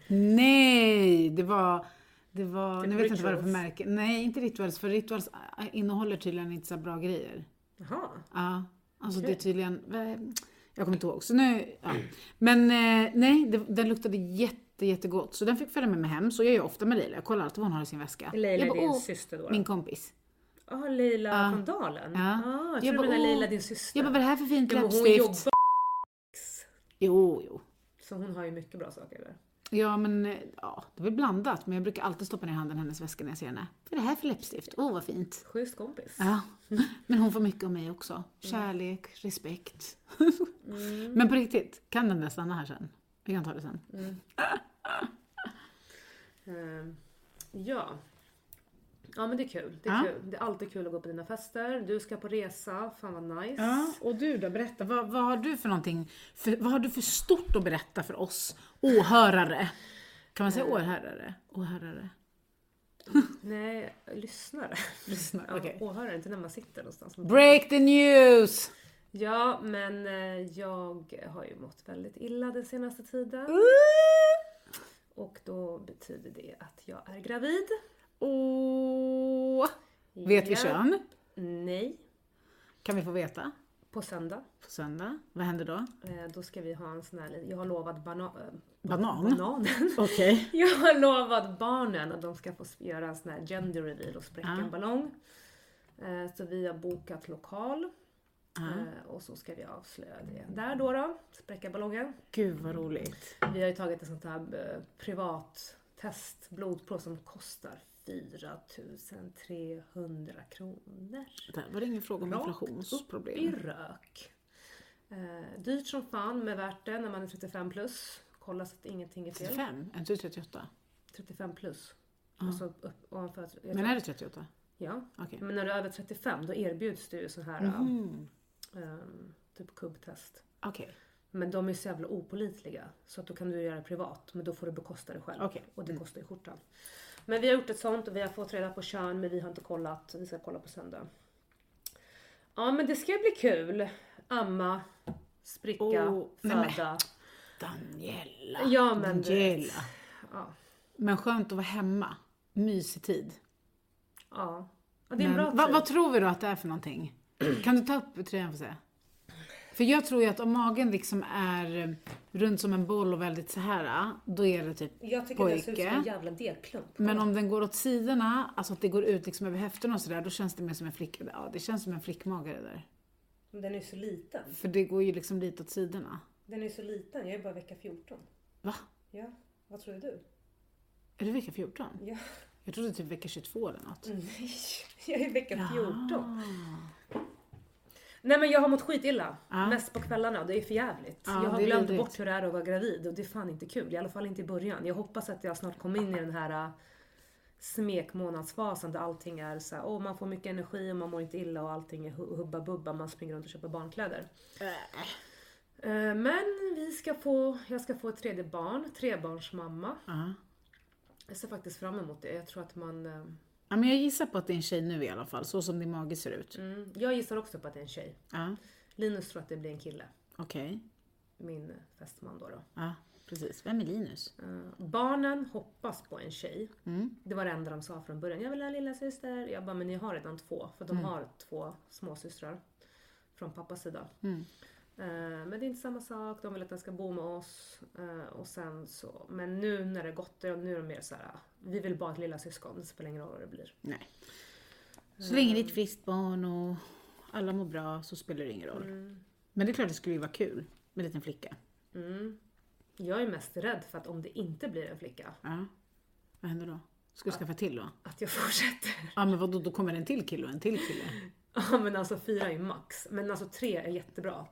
B: Nej, det var... Det var,
A: Typ
B: nu vet jag inte vad det är för
A: Rituals.
B: märke. Nej, inte Rituals, för Rituals äh, innehåller tydligen inte så bra grejer.
A: Jaha.
B: Ja, alltså det är tydligen, vad- jag kommer inte ihåg. Så nu, ja. Men eh, nej, det, den luktade jätte, jättegott. Så den fick följa med mig hem, så jag gör ofta med Leila. Jag kollar alltid vad hon har i sin väska.
A: Leila
B: jag
A: är din
B: "Åh,
A: syster då?
B: Min kompis.
A: Ja, Leila från Dalen?
B: Ja.
A: Ah, jag
B: Jag
A: tror
B: bara,
A: du menar
B: åh.
A: Leila din syster?
B: Jag bara, vad är det här för fint
A: Ja, men hon
B: läppstift?
A: jobbar
B: Jo, jo.
A: Så hon har ju mycket bra saker där.
B: Ja, men eh, ja, det är väl blandat. Men jag brukar alltid stoppa ner handen i hennes väska när jag ser henne. Vad är det här för läppstift? Åh, vad fint.
A: Schysst kompis.
B: Ja, [LAUGHS] men hon får mycket av mig också. Kärlek, respekt.
A: Mm.
B: Men på riktigt, kan den där stanna här sen? Vi kan ta det sen.
A: Ehm, ja. Ja men det är kul. Det är,
B: Ja.
A: kul. det är alltid kul att gå på dina fester. Du ska på resa, fan vad nice.
B: och du då? Berätta, vad, vad har du för någonting, för, vad har du för stort att berätta för oss åhörare? Kan man säga åhörare? Åhörare?
A: Nej, lyssnare.
B: Lyssna,
A: Ja,
B: okej.
A: Åhörare, inte när man sitter någonstans.
B: Break the news!
A: Ja men eh, jag har ju mått väldigt illa den senaste tiden. Och då betyder det att jag är gravid.
B: Åh. Vet vi
A: Ja.
B: kön?
A: Nej.
B: Kan vi få veta?
A: På söndag.
B: På söndag? Vad händer då?
A: eh, Då ska vi ha en sån här, jag har lovat bana- eh,
B: Banan?
A: bananen.
B: Okej.
A: [LAUGHS] Jag har lovat barnen att de ska få göra en sån här gender reveal och spräcka
B: Ja.
A: en ballong. Eh, Så vi har bokat lokal. Eh, Och så ska vi avslöja det där då. då spräcka ballongen.
B: Gud vad roligt.
A: Vi har ju tagit ett sånt här eh, privat test, blodprov som kostar 4300 kronor.
B: Där var det ingen fråga om
A: Rakt I
B: inflationsproblem.
A: rök. Eh, dyrt som fan men värt det när man är 35 plus. Kolla så att ingenting är fel.
B: 35? Är inte det 38?
A: 35 plus. Och så upp, ovanför, jag tror-
B: Men är det 38?
A: ja.
B: Okej.
A: Men när du är över 35 då erbjuds det ju så här
B: Mm.
A: ehm, typ kubbtest.
B: Okej.
A: Men de är så jävla opolitliga så att då kan du göra det privat men då får du bekosta det själv.
B: Okej. Mm.
A: Och det kostar ju skjortan. Men vi har gjort ett sånt och vi har fått reda på kön men vi har inte kollat. Vi ska kolla på söndag. Ja men det ska bli kul. Amma, spricka,
B: Oh, nej men.
A: föda.
B: Daniela.
A: Ja, men du vet.
B: Daniela.
A: Ja.
B: Men skönt att vara hemma. Mysig tid.
A: ja. ja det är en
B: Men
A: bra
B: vad,
A: tid.
B: vad tror vi då att det är för någonting? Kan du ta upp tröjan för se? För jag tror ju att om magen liksom är eh, runt som en boll och väldigt så här, då är det typ
A: jag tycker det ser ut som
B: pojke.
A: en jävla delklump.
B: Men om den går åt sidorna, alltså att det går ut liksom över höfterna och sådär, då känns det mer som en flick... Ja, det känns som en flickmage det där.
A: Den är så liten.
B: För det går ju liksom lite åt sidorna.
A: Den är så liten, jag är bara vecka 14.
B: Va?
A: Ja, vad tror du?
B: Är det vecka 14?
A: Ja.
B: Jag trodde typ vecka 22 eller något.
A: Nej, [LAUGHS] jag är vecka 14.
B: Ja.
A: Nej men jag har mått skitilla.
B: Ja.
A: Mest på kvällarna och det är för jävligt.
B: Ja,
A: jag har
B: det är
A: glömt
B: vidrigt.
A: bort hur det är att vara gravid och det är fan inte kul. I alla fall inte i början. Jag hoppas att jag snart kommer in i den här äh, smekmånadsfasen där allting är så här, åh man får mycket energi och man mår inte illa och allting är hu- hubba bubba. Man springer runt och köper barnkläder.
B: Äh.
A: Eh, Men vi ska få, jag ska få ett tredje barn, trebarnsmamma.
B: Ja.
A: Jag ser faktiskt fram emot det. Jag tror att man... eh,
B: Ja, men jag gissar på att det är en tjej nu i alla fall, så som din mage ser ut.
A: Mm, jag gissar också på att det är en tjej.
B: Ja,
A: Linus tror att det blir en kille.
B: okej.
A: Min fästman då. då.
B: Ja, precis. Vem är Linus?
A: Eh, barnen hoppas på en tjej.
B: Mm.
A: Det var det enda de sa från början. Jag vill ha en lilla syster. Jag bara, men ni har redan två. För de har två småsystrar. Från pappas sida.
B: Mm.
A: Eh, Men det är inte samma sak. De vill att den ska bo med oss. Eh, Och sen så, men nu när det gått, nu är de mer så här. "Ah, Vi vill bara ha ett lilla syskon. Det spelar ingen roll vad det blir.
B: Nej.
A: Eh.
B: Så länge det är ett friskt barn och alla mår bra så spelar det ingen roll. Men det är klart det skulle ju vara kul med en liten flicka.
A: Mm. Jag är mest rädd för att om det inte blir en flicka,
B: Ja. Vad händer då? Ska du skaffa till då?
A: att jag [LAUGHS] fortsätter.
B: Ja men vadå, då kommer en till kille och en till kille.
A: Ja men alltså fyra är max. Men alltså tre är jättebra.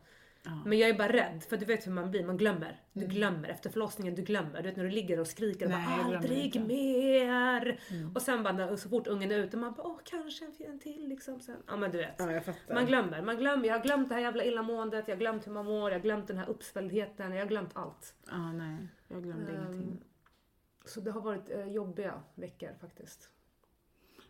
B: Ja.
A: Men jag är bara rädd, för du vet hur man blir, man glömmer. Du glömmer efter förlossningen, du glömmer. Du vet när du ligger och skriker och
B: Mm. Nej, jag
A: bara
B: glömmer
A: aldrig
B: inte." Mm.
A: mer. Och sen bara när, så fort ungen är ute, man bara åh kanske en, en till liksom. Sen, ja men du vet.
B: jag fattar.
A: Man glömmer, man glömmer. Jag har glömt det här jävla illamåendet, jag har glömt hur man mår, jag har glömt den här uppsvälldheten, jag har glömt allt.
B: Ja, nej. Jag glömde ingenting.
A: Ehm, så det har varit eh, jobbiga veckor faktiskt.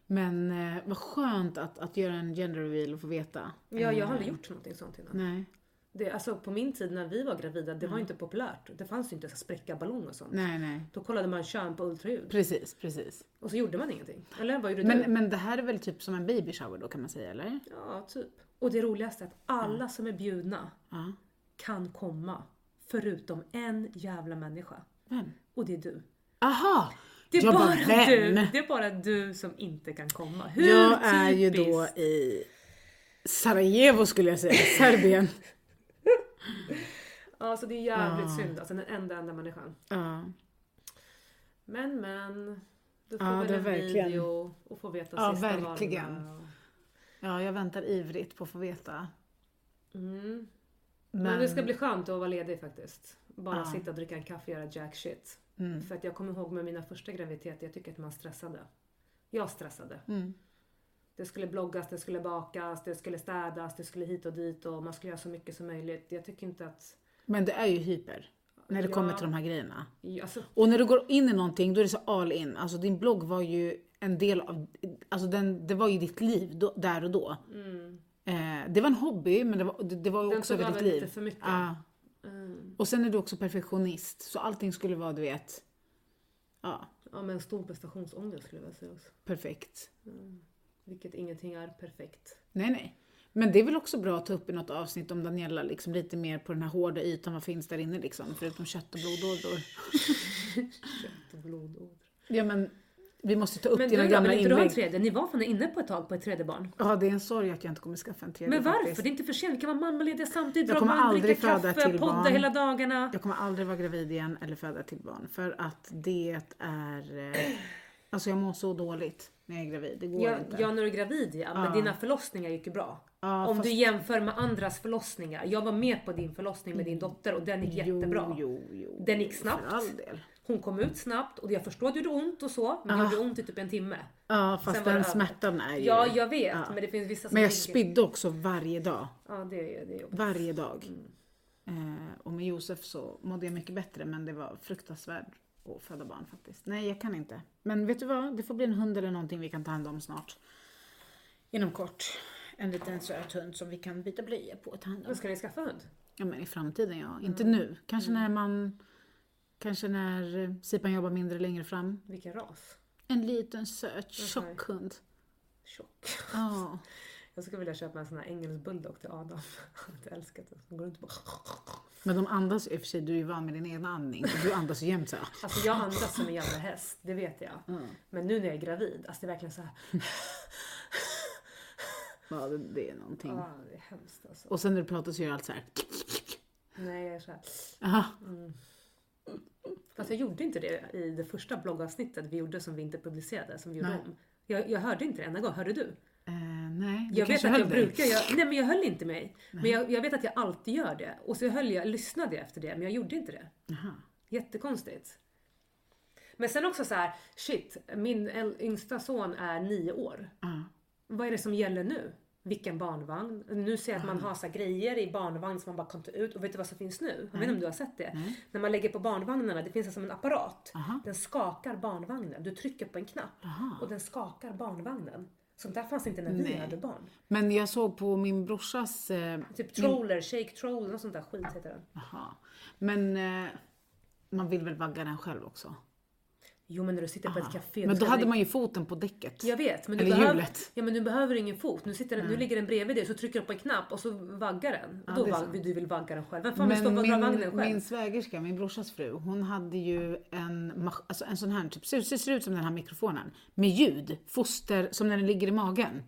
B: Men eh, vad skönt att, att göra en gender reveal och få veta.
A: Ja, jag har
B: Eh,
A: aldrig gjort någonting sånt innan.
B: Nej.
A: Det, alltså på min tid när vi var gravida, det var ju inte populärt. Det fanns ju inte så här spräcka ballong och sånt.
B: Mm. Nej, nej.
A: Då kollade man kön på ultraljud.
B: Precis, precis.
A: Och så gjorde man ingenting. Eller vad gjorde du?
B: Men, men det här är väl typ som en baby shower då kan man säga, eller?
A: Ja, typ. Och det roligaste är att alla som är bjudna
B: Ja.
A: kan komma. Förutom en jävla människa.
B: Vem?
A: Och det är du.
B: Aha!
A: Det är,
B: Jag bara,
A: bara du.
B: vem?
A: det är bara du som inte kan komma. Hur
B: jag är ju
A: typiskt?
B: då i Sarajevo skulle jag säga, [LAUGHS] Serbien.
A: Ja, så det är jävligt synd. Alltså den enda, enda människan.
B: ja.
A: Men, men. Du får
B: Ja,
A: väl
B: det
A: en
B: verkligen.
A: video och få veta
B: Ja,
A: sista
B: verkligen.
A: varorna.
B: ja, jag väntar ivrigt på att få veta.
A: Mm.
B: Men,
A: Men det ska bli skönt att vara ledig faktiskt. Bara
B: Ja.
A: sitta och dricka en kaffe och göra jack shit.
B: Mm.
A: För att jag kommer ihåg med mina första graviditeter, jag tycker att man stressade. Jag stressade.
B: Mm.
A: Det skulle bloggas, det skulle bakas, det skulle städas, det skulle hit och dit och man skulle göra så mycket som möjligt. Jag tycker inte att...
B: Men det är ju hyper. När det
A: Ja.
B: kommer till de här grejerna.
A: Alltså,
B: Och när du går in i någonting då är det så all in. Alltså din blogg var ju en del av, alltså den, det var ju ditt liv då, där och då.
A: mm,
B: Eh, det var en hobby men det var, det, det var ju
A: Den
B: också
A: tog
B: över ditt
A: över
B: liv.
A: lite för mycket.
B: Ja.
A: mm.
B: Och sen är du också perfektionist så allting skulle vara du vet, ja
A: Ja men stor prestationsångest skulle jag vilja säga också.
B: perfekt.
A: Vilket ingenting är perfekt.
B: Nej, nej. Men det är väl också bra att ta upp i något avsnitt om Daniela, liksom lite mer på den här hårda ytan, vad finns där inne liksom, förutom kött och blodådror.
A: Kött och blodådror.
B: Ja men, vi måste ta upp
A: Men du
B: dina
A: jag
B: gamla
A: vill inte du ha en
B: inlägg.
A: tredje? Ni var fan inne på ett tag på ett tredje barn.
B: Ja, det är en sorg att jag inte kommer skaffa en tredje
A: Men varför?
B: faktiskt.
A: Det är inte för sent. Vi kan vara mammalediga samtidigt,
B: Jag
A: dra
B: kommer
A: band,
B: aldrig
A: dricka
B: föda
A: kaffe,
B: till
A: podda
B: barn.
A: hela dagarna.
B: Jag kommer aldrig vara gravid igen eller föda till barn, för att det är... Eh, alltså jag mår så dåligt när jag är gravid, det går
A: Ja,
B: inte.
A: ja, när du är gravid ja. Men dina förlossningar gick ju bra.
B: Ja,
A: Om
B: fast-
A: du jämför med andras förlossningar. Jag var med på din förlossning med din dotter och den gick jättebra.
B: Jo, jo, jo.
A: Den gick
B: jo,
A: snabbt.
B: För all del.
A: Hon kom ut snabbt och jag förstår att det gjorde ont och så. Men det
B: Ah.
A: gjorde ont i typ en timme.
B: Ja,
A: Sen
B: fast
A: var det
B: den
A: över.
B: smärtan är ju...
A: Ja, jag vet. Men det finns vissa som
B: Ah. Men jag
A: ligger-
B: spydde också varje dag.
A: Ja, det, är- det är jobbigt.
B: Varje dag. Eh, och med Josef så mådde jag mycket bättre men det var fruktansvärt att föda barn faktiskt. Nej, jag kan inte. Men vet du vad? Det får bli en hund eller någonting vi kan ta hand om snart. Inom kort. En liten söt hund som vi kan byta blöjor på och ta hand om.
A: Men ska Mm. ni skaffa hund?
B: Ja, men i framtiden ja. Inte nu. Kanske när man... Kanske när eh, Sipan jobbar mindre längre fram.
A: Vilken ras.
B: En liten söt
A: Mhm.
B: tjock hund.
A: Tjock.
B: Ja.
A: Jag skulle vilja köpa en sån här engelsk bulldog till Adam. [LAUGHS] Han hade älskat den. Han går runt och
B: [LAUGHS]
A: bara...
B: Men de andas i och för sig, du är ju van med din egen andning. Du andas ju jämt såhär.
A: Alltså jag andas som en jävla häst, det vet jag.
B: Mm.
A: Men nu när jag är gravid, alltså det är verkligen så här. [LAUGHS]
B: Ja, det, det är någonting.
A: Ah, det är hemskt alltså.
B: Och sen när du pratar så gör du allt såhär.
A: Nej, jag är så här.
B: Aha.
A: Mm. Alltså jag gjorde inte det i det första bloggavsnittet vi gjorde som vi inte publicerade, som vi gjorde
B: Nej.
A: om. Jag, jag hörde inte det enda gång, hörde du?
B: Eh, nej, du
A: Jag vet
B: kanske
A: att
B: höll
A: jag
B: dig.
A: brukar, jag, nej men jag höll inte mig. Men jag, jag vet att jag alltid gör det. Och så höll jag, lyssnade jag efter det, men jag gjorde inte det.
B: Jaha.
A: Jättekonstigt. Men sen också så här, shit, min äl- yngsta son är nio år.
B: Ja.
A: Vad är det som gäller nu? Vilken barnvagn? Nu ser jag att man har så här grejer i barnvagn som man bara kan ta ut. Och vet du vad som finns nu? Jag vet inte om du har sett det?
B: Nej.
A: När man lägger på barnvagnarna, det finns som en apparat.
B: Aha.
A: Den skakar barnvagnen. Du trycker på en knapp
B: Aha.
A: och den skakar barnvagnen. Sånt där fanns inte när vi
B: Nej.
A: hade barn.
B: Men jag såg på min brorsas... Eh,
A: Typ troller, shake troller, något sånt där skit heter den.
B: aha. Men eh, man vill väl vagga den själv också?
A: Jo men när du sitter på ett café. du
B: Men då
A: ska
B: hade
A: lägga-
B: man ju foten på däcket.
A: Jag vet, men du,
B: Eller
A: behöver,
B: hjulet.
A: ja, men du behöver ingen fot. Nu, sitter den, nu ligger den bredvid dig, så trycker du på en knapp och så vaggar den. Och då
B: det är
A: vagg,
B: sant.
A: du vill vagga den själv. Vem fan vill stå
B: Men
A: och dra vagnen
B: min,
A: själv?
B: min svägerska, min brorsas fru, hon hade ju en, mas- alltså en sån här, typ, ser, ser ut som den här mikrofonen, med ljud, foster, som när den ligger i magen.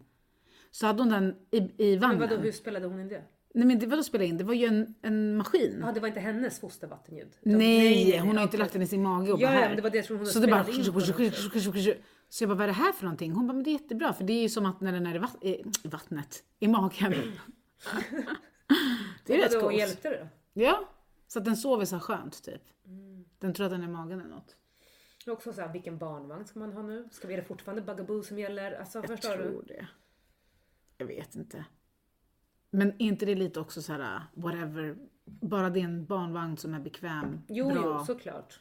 B: Så hade hon den i, i
A: Men
B: vagnen.
A: vadå, hur spelade hon in det?
B: Nej men det var att spela in, det var ju en, en maskin.
A: Ja, det var inte hennes fostervattenljud.
B: nej,
A: nej,
B: hon har
A: nej,
B: ju inte
A: okej.
B: lagt den i sin mage och
A: Ja,
B: bara
A: ja,
B: här.
A: men det var det jag tror hon
B: så det bara...
A: spelade in på
B: Så jag bara, vad är det här för någonting? Hon bara, men det är jättebra för det är ju som att när den är i, vatt- i i vattnet,
A: [LAUGHS]
B: i magen. [LAUGHS] det är rätt
A: Vadå,
B: coolt.
A: hjälpte det då?
B: Ja, så att den sover så här skönt typ. Den tror att den är i magen eller något.
A: Det är också så här, vilken barnvagn ska man ha nu? Ska vi, är det fortfarande Bugaboo som gäller? Alltså,
B: Jag
A: förstår du?
B: tror det. Jag vet inte. Men är inte det lite också så här, äh, whatever, bara det är en barnvagn som är bekväm,
A: Jo,
B: bra.
A: jo, såklart.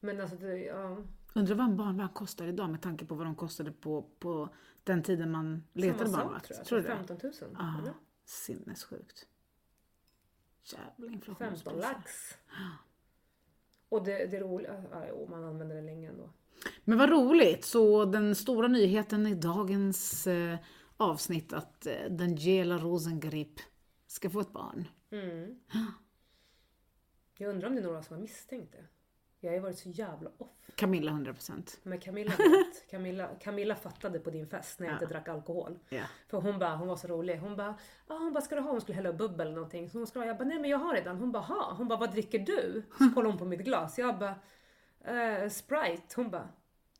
A: Men alltså, det, ja.
B: Undrar vad en barnvagn kostar idag med tanke på vad de kostade på, på den tiden man letade
A: Samma sak,
B: barnvakt.
A: tror jag.
B: tror du det? Ah,
A: 15 000?
B: Ja,
A: eller?
B: sinnessjukt. Jävla
A: 15
B: inflationspriser.
A: lax. Och det, det roliga, ja, jo, man använder det länge ändå.
B: Men vad roligt! Så den stora nyheten i dagens eh, avsnitt att eh, Daniela Rosengrip ska få ett barn. [GASPS]
A: Mm. Jag undrar om det är några som har misstänkt det. Jag har ju varit så jävla off.
B: Camilla 100%.
A: Men Camilla,
B: [LAUGHS]
A: vet. Camilla, Camilla fattade på din fest när jag inte drack alkohol.
B: Ja.
A: För hon bara, hon var så rolig. Hon bara, ah, hon bara, ska du ha? Hon skulle hälla upp bubbel eller någonting. Så hon skulle ha, jag bara, nej men jag har redan. Hon bara, ha. Hon bara, vad dricker du? Så kollade hon på mitt glas. Jag bara, eh, Sprite. Hon bara,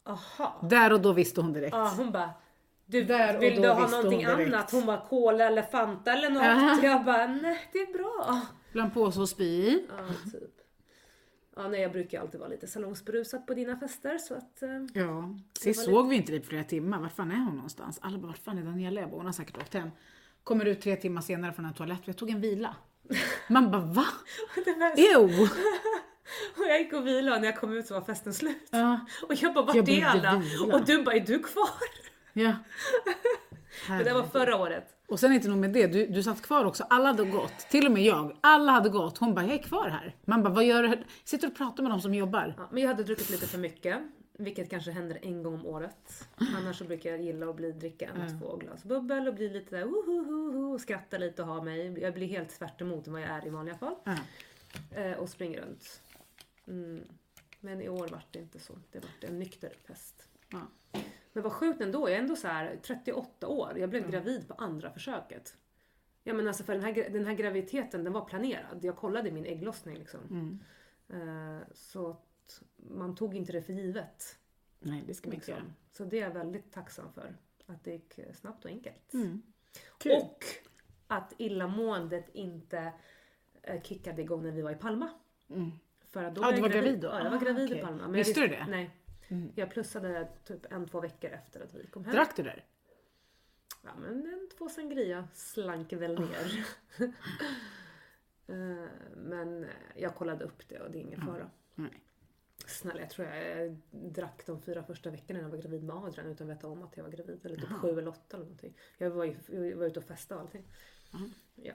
A: aha.
B: Där och då visste hon direkt.
A: Ja, hon bara, du
B: Där och
A: vill
B: då
A: du ha
B: visste hon
A: någonting
B: direkt.
A: annat? Hon bara, cola eller Fanta eller något. Jag bara, nej det är bra.
B: Bland påse och spy i.
A: Ja, typ. Ja, nej, jag brukar ju alltid vara lite salongsberusad på dina fester så att... eh,
B: [LAUGHS] Ja. Sist
A: Det var
B: såg vi inte dig på flera timmar. Var fan är hon någonstans? Alla bara, vart fan är Daniela? Jag bara, hon har säkert åkt hem. Kommer ut tre timmar senare från en toalett, jag tog en vila. Man
A: [LAUGHS]
B: bara, va?
A: det var-
B: Ew!
A: och [LAUGHS] jag gick och vilade och när jag kom ut så var festen slut.
B: Ja.
A: Och jag bara,
B: Jag
A: vart är
B: borde
A: alla?
B: vila.
A: Och du bara, är du kvar?
B: ja.
A: Det där var förra året.
B: Och sen inte nog med det, du, du satt kvar också. Alla hade gått, till och med jag. Alla hade gått. Hon bara, jag är kvar här. Man bara, vad gör du? här? Sitter och pratar med de som jobbar.
A: Ja, men jag hade druckit lite för mycket. Vilket kanske händer en gång om året. Annars så brukar jag gilla att bli, dricka en, två glas bubbel och bli lite där wohohoho, och skratta lite och ha mig. Jag blir helt tvärt emot vad jag är i vanliga fall.
B: Ja.
A: Eh, och springer runt. Mm. Men i år vart det inte så. Det vart en nykter fest.
B: Ja.
A: Men vad sjukt ändå. Jag är ändå så här 38 år. Jag blev gravid på andra försöket. Ja men alltså för den här, gra- den här graviditeten den var planerad. Jag kollade min ägglossning liksom.
B: Mm.
A: Eh, så att man tog inte det för givet.
B: Nej, det ska man inte göra.
A: Liksom. Så det är jag väldigt tacksam för. Att det gick eh, snabbt och enkelt.
B: Mm, Kul.
A: Och att illamåendet inte eh, kickade igång när vi var i Palma. För att då
B: Mm. Ja, du
A: jag
B: var gravid då?
A: Ja, jag var
B: Ah,
A: gravid i
B: okej.
A: Palma. jag
B: Visste du
A: visste-
B: det? Mm.
A: Nej. Jag plussade typ en, två veckor efter att vi kom hem.
B: Drack du där?
A: Ja, men en, två sangria slank väl
B: Ah.
A: ner. [LAUGHS] Eh, men eh, jag kollade upp det och det är
B: Mm.
A: ingen fara.
B: Nej.
A: Snälla, jag tror jag eh, drack de fyra första veckorna när jag var gravid med Adrian utan att veta om att jag var gravid. Eller typ sju eller åtta eller någonting. Jag var ju jag var ute och festade och allting. Ja.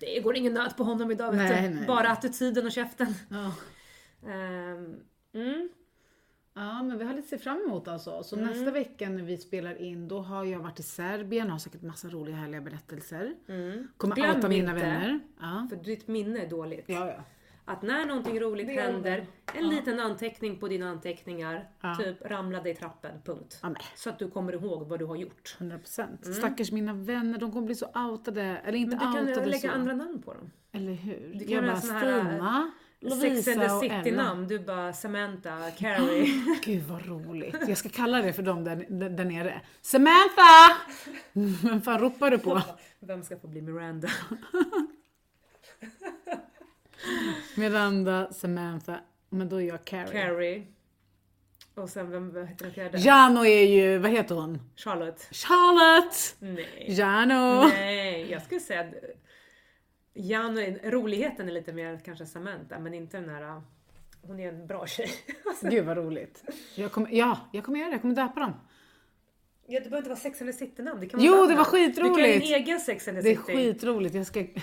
A: det går ingen nöt på honom idag vet
B: Nej,
A: du.
B: nej,
A: Bara
B: nej.
A: attityden och käften.
B: Ja.
A: Ehm, mm.
B: Ja, men vi har lite att se fram emot alltså. Så
A: Mm.
B: nästa vecka när vi spelar in, då har jag varit i Serbien och har säkert massa roliga härliga berättelser.
A: Mm.
B: Kommer
A: Glöm
B: outa mina
A: inte.
B: vänner. Ja.
A: För ditt minne är dåligt.
B: Ja, ja.
A: Att när någonting roligt
B: Det gör
A: händer, en
B: Ja.
A: liten anteckning på dina anteckningar.
B: Ja.
A: Typ ramlade i trappen, punkt.
B: ja men.
A: Så att du kommer ihåg vad du har gjort.
B: 100 procent. Stackars mina vänner, de kommer bli så outade. Eller inte
A: Mm. Men du kan
B: outade
A: ju lägga
B: så.
A: andra namn på dem.
B: Eller hur?
A: Du kan
B: jag
A: göra
B: bara
A: såna här, eh,
B: Stina,
A: Sex and
B: Lovisa
A: the
B: och Ella.
A: City-namn. Du bara Samantha, Carrie.
B: [LAUGHS] Gud vad roligt. Jag ska kalla det för dem där, där, där nere. Samantha! Vem fan ropar du på?
A: [LAUGHS] Vem ska få bli Miranda?
B: Miranda, Samantha, men då är jag Carrie.
A: Carrie. Och sen vem vad heter den fjärde?
B: Jano är ju, vad heter hon?
A: Charlotte.
B: Charlotte!
A: Nej.
B: Jano!
A: Nej, jag skulle säga att eh, Jan, roligheten är lite mer kanske Samantha, men inte den här... eh, Hon är en bra tjej. [LAUGHS] Alltså.
B: Gud vad roligt. Jag kommer, ja, jag kommer göra det. Jag kommer döpa dem.
A: Ja, det behöver inte vara Sex and the City-namn. Det kan
B: Jo,
A: vara
B: det var
A: annat. Du kan göra
B: skitroligt!
A: din egen Sex and the
B: Det är
A: City.
B: skitroligt.
A: [LAUGHS]
B: Jag ska hitta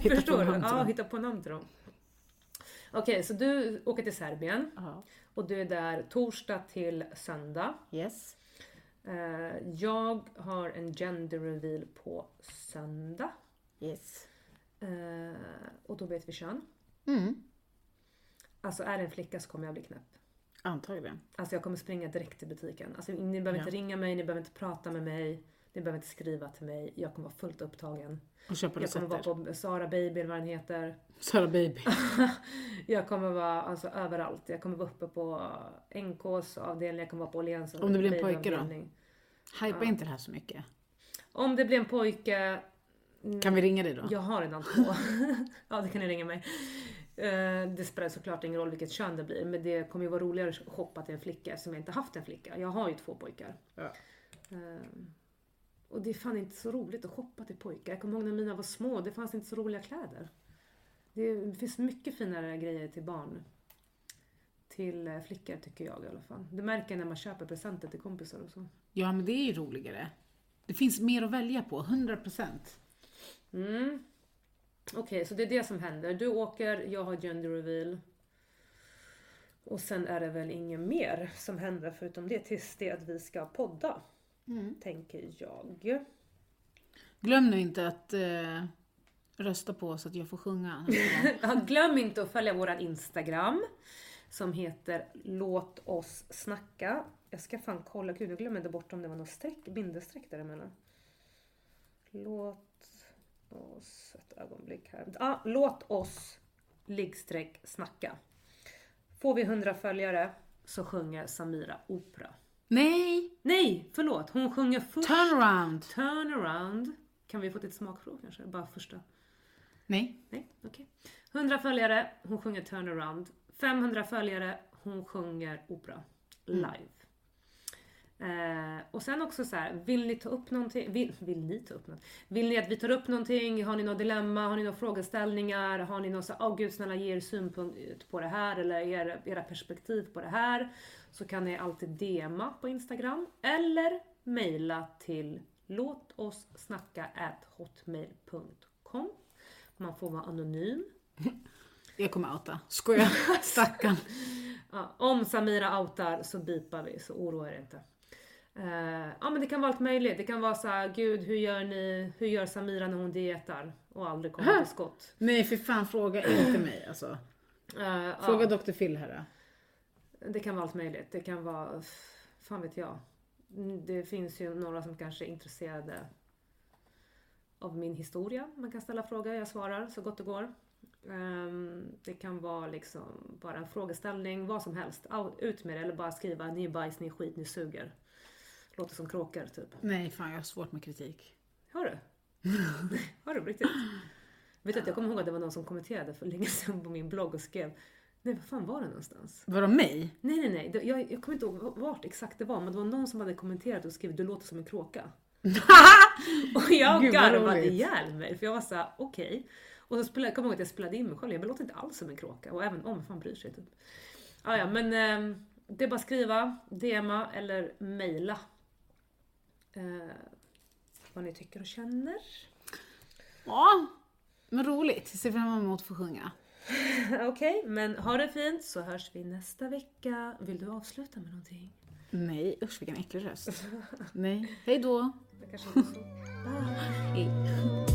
B: på
A: Förstår du?
B: namn till
A: Ja,
B: dem.
A: hitta på namn till dem. Okej, så du åker till Serbien
B: Ja.
A: och du är där torsdag till söndag.
B: Yes.
A: Eh, Jag har en gender reveal på söndag.
B: Yes.
A: Eh, Och då vet vi kön.
B: Mm.
A: Alltså är det en flicka så kommer jag bli knäpp.
B: Antagligen.
A: Alltså jag kommer springa direkt till butiken. Alltså ni behöver
B: Ja.
A: inte ringa mig, ni behöver inte prata med mig. Ni behöver inte skriva till mig. Jag kommer vara fullt upptagen.
B: Och köpa
A: Jag kommer vara
B: rosetter.
A: på Sara Baby eller vad den heter.
B: Sara Baby.
A: Jag kommer vara alltså, överallt. Jag kommer vara uppe på NKs avdelning, jag kommer vara på Åhléns
B: Om det blir en pojke då?
A: babyavdelning.
B: Hypa inte det här så mycket.
A: Om det blir en pojke,
B: Kan vi ringa dig då?
A: jag har redan två. [LAUGHS] ja, det kan ni ringa mig. Eh, Det spelar såklart ingen roll vilket kön det blir, men det kommer ju vara roligare att shoppa till en flicka som jag inte haft en flicka. Jag har ju två pojkar.
B: Ja.
A: Ehm, Och det är fan inte så roligt att shoppa till pojkar. Jag kommer ihåg när mina var små, det fanns inte så roliga kläder. Det det finns mycket finare grejer till barn. Till eh, flickor tycker jag i alla fall. Det märker jag när man köper presenter till kompisar och så.
B: Ja, men det är ju roligare. Det finns mer att välja på, 100%.
A: Mm. Okej, så det är det som händer. Du åker, jag har gender reveal. Och sen är det väl inget mer som händer förutom det tills det att vi ska podda,
B: Mm.
A: tänker jag.
B: Glöm nu inte att eh, rösta på så att jag får sjunga. [LAUGHS]
A: Ja, glöm inte att följa våran Instagram som heter låt oss snacka. Jag ska fan kolla, gud jag glömde bort om det var något streck, bindestreck däremellan. Låt oss, ett ögonblick här. Ja, låt oss liggstreck snacka. Får vi 100 följare så sjunger Samira opera.
B: Nej!
A: Nej, förlåt, hon sjunger först
B: Turnaround!
A: Turnaround. Kan vi få ett smakprov kanske? Bara första.
B: Nej.
A: Nej, okej. 100 följare, hon sjunger turnaround. 500 följare, hon sjunger opera. Live. Eh, och sen också så här, vill ni ta upp någonting? Vill, vill ni ta upp något? Vill ni att vi tar upp någonting? Har ni något dilemma? Har ni några frågeställningar? Har ni någon så här, åh gud snälla ge er synpunkt på det här eller era, era perspektiv på det här? Så kan ni alltid DMa på Instagram eller mejla till låt oss snacka hotmail.com. Man får vara anonym.
B: Jag kommer outa. Skojar. [LAUGHS] Stackarn.
A: Ja, om Samira outar så bipar vi, så oroa er inte. Eh, ja men det kan vara allt möjligt. Det kan vara så här, gud hur gör ni, hur gör Samira när hon dietar? Och aldrig kommer till skott.
B: Nej, för fan fråga inte mig alltså.
A: Eh, ja,
B: Fråga Dr. Phil här då.
A: det kan vara allt möjligt. Det kan vara, fan vet jag. Mm, Det finns ju några som kanske är intresserade av min historia. Man kan ställa frågor, jag svarar så gott det går. Ehm, det kan vara liksom bara en frågeställning, vad som helst. Au- Ut med det eller bara skriva ni är bajs, ni är skit, ni suger. Låter som kråkor typ.
B: Nej, fan jag har svårt med kritik.
A: Har du? Har du på riktigt? Vet du att jag kommer ihåg att det var någon som kommenterade för länge sedan på min blogg och skrev Nej, vad fan var det någonstans?
B: Var det mig?
A: Nej, nej, nej. Det- Jag, jag kommer inte ihåg vart exakt det var, men det var någon som hade kommenterat och skrivit du låter som en
B: [LAUGHS]
A: kråka. och jag
B: Gud, vad
A: garvade
B: roligt.
A: ihjäl mig för jag var såhär, okej. Och så spelade, jag kommer ihåg att jag spelade in mig själv, jag bara, låter inte alls som en kråka. Och även om, fan bryr sig typ. Ah, ja, men ehm, det är bara att skriva, DMa eller mejla. Eh, vad ni tycker och känner.
B: Ja. Men roligt, ser fram emot att få sjunga.
A: [LAUGHS] Okej, men ha det fint så hörs vi nästa vecka. Vill du avsluta med någonting?
B: Nej, usch vilken äcklig röst. Nej, hej då.
A: Det kanske inte är så. Bye.
B: Hej.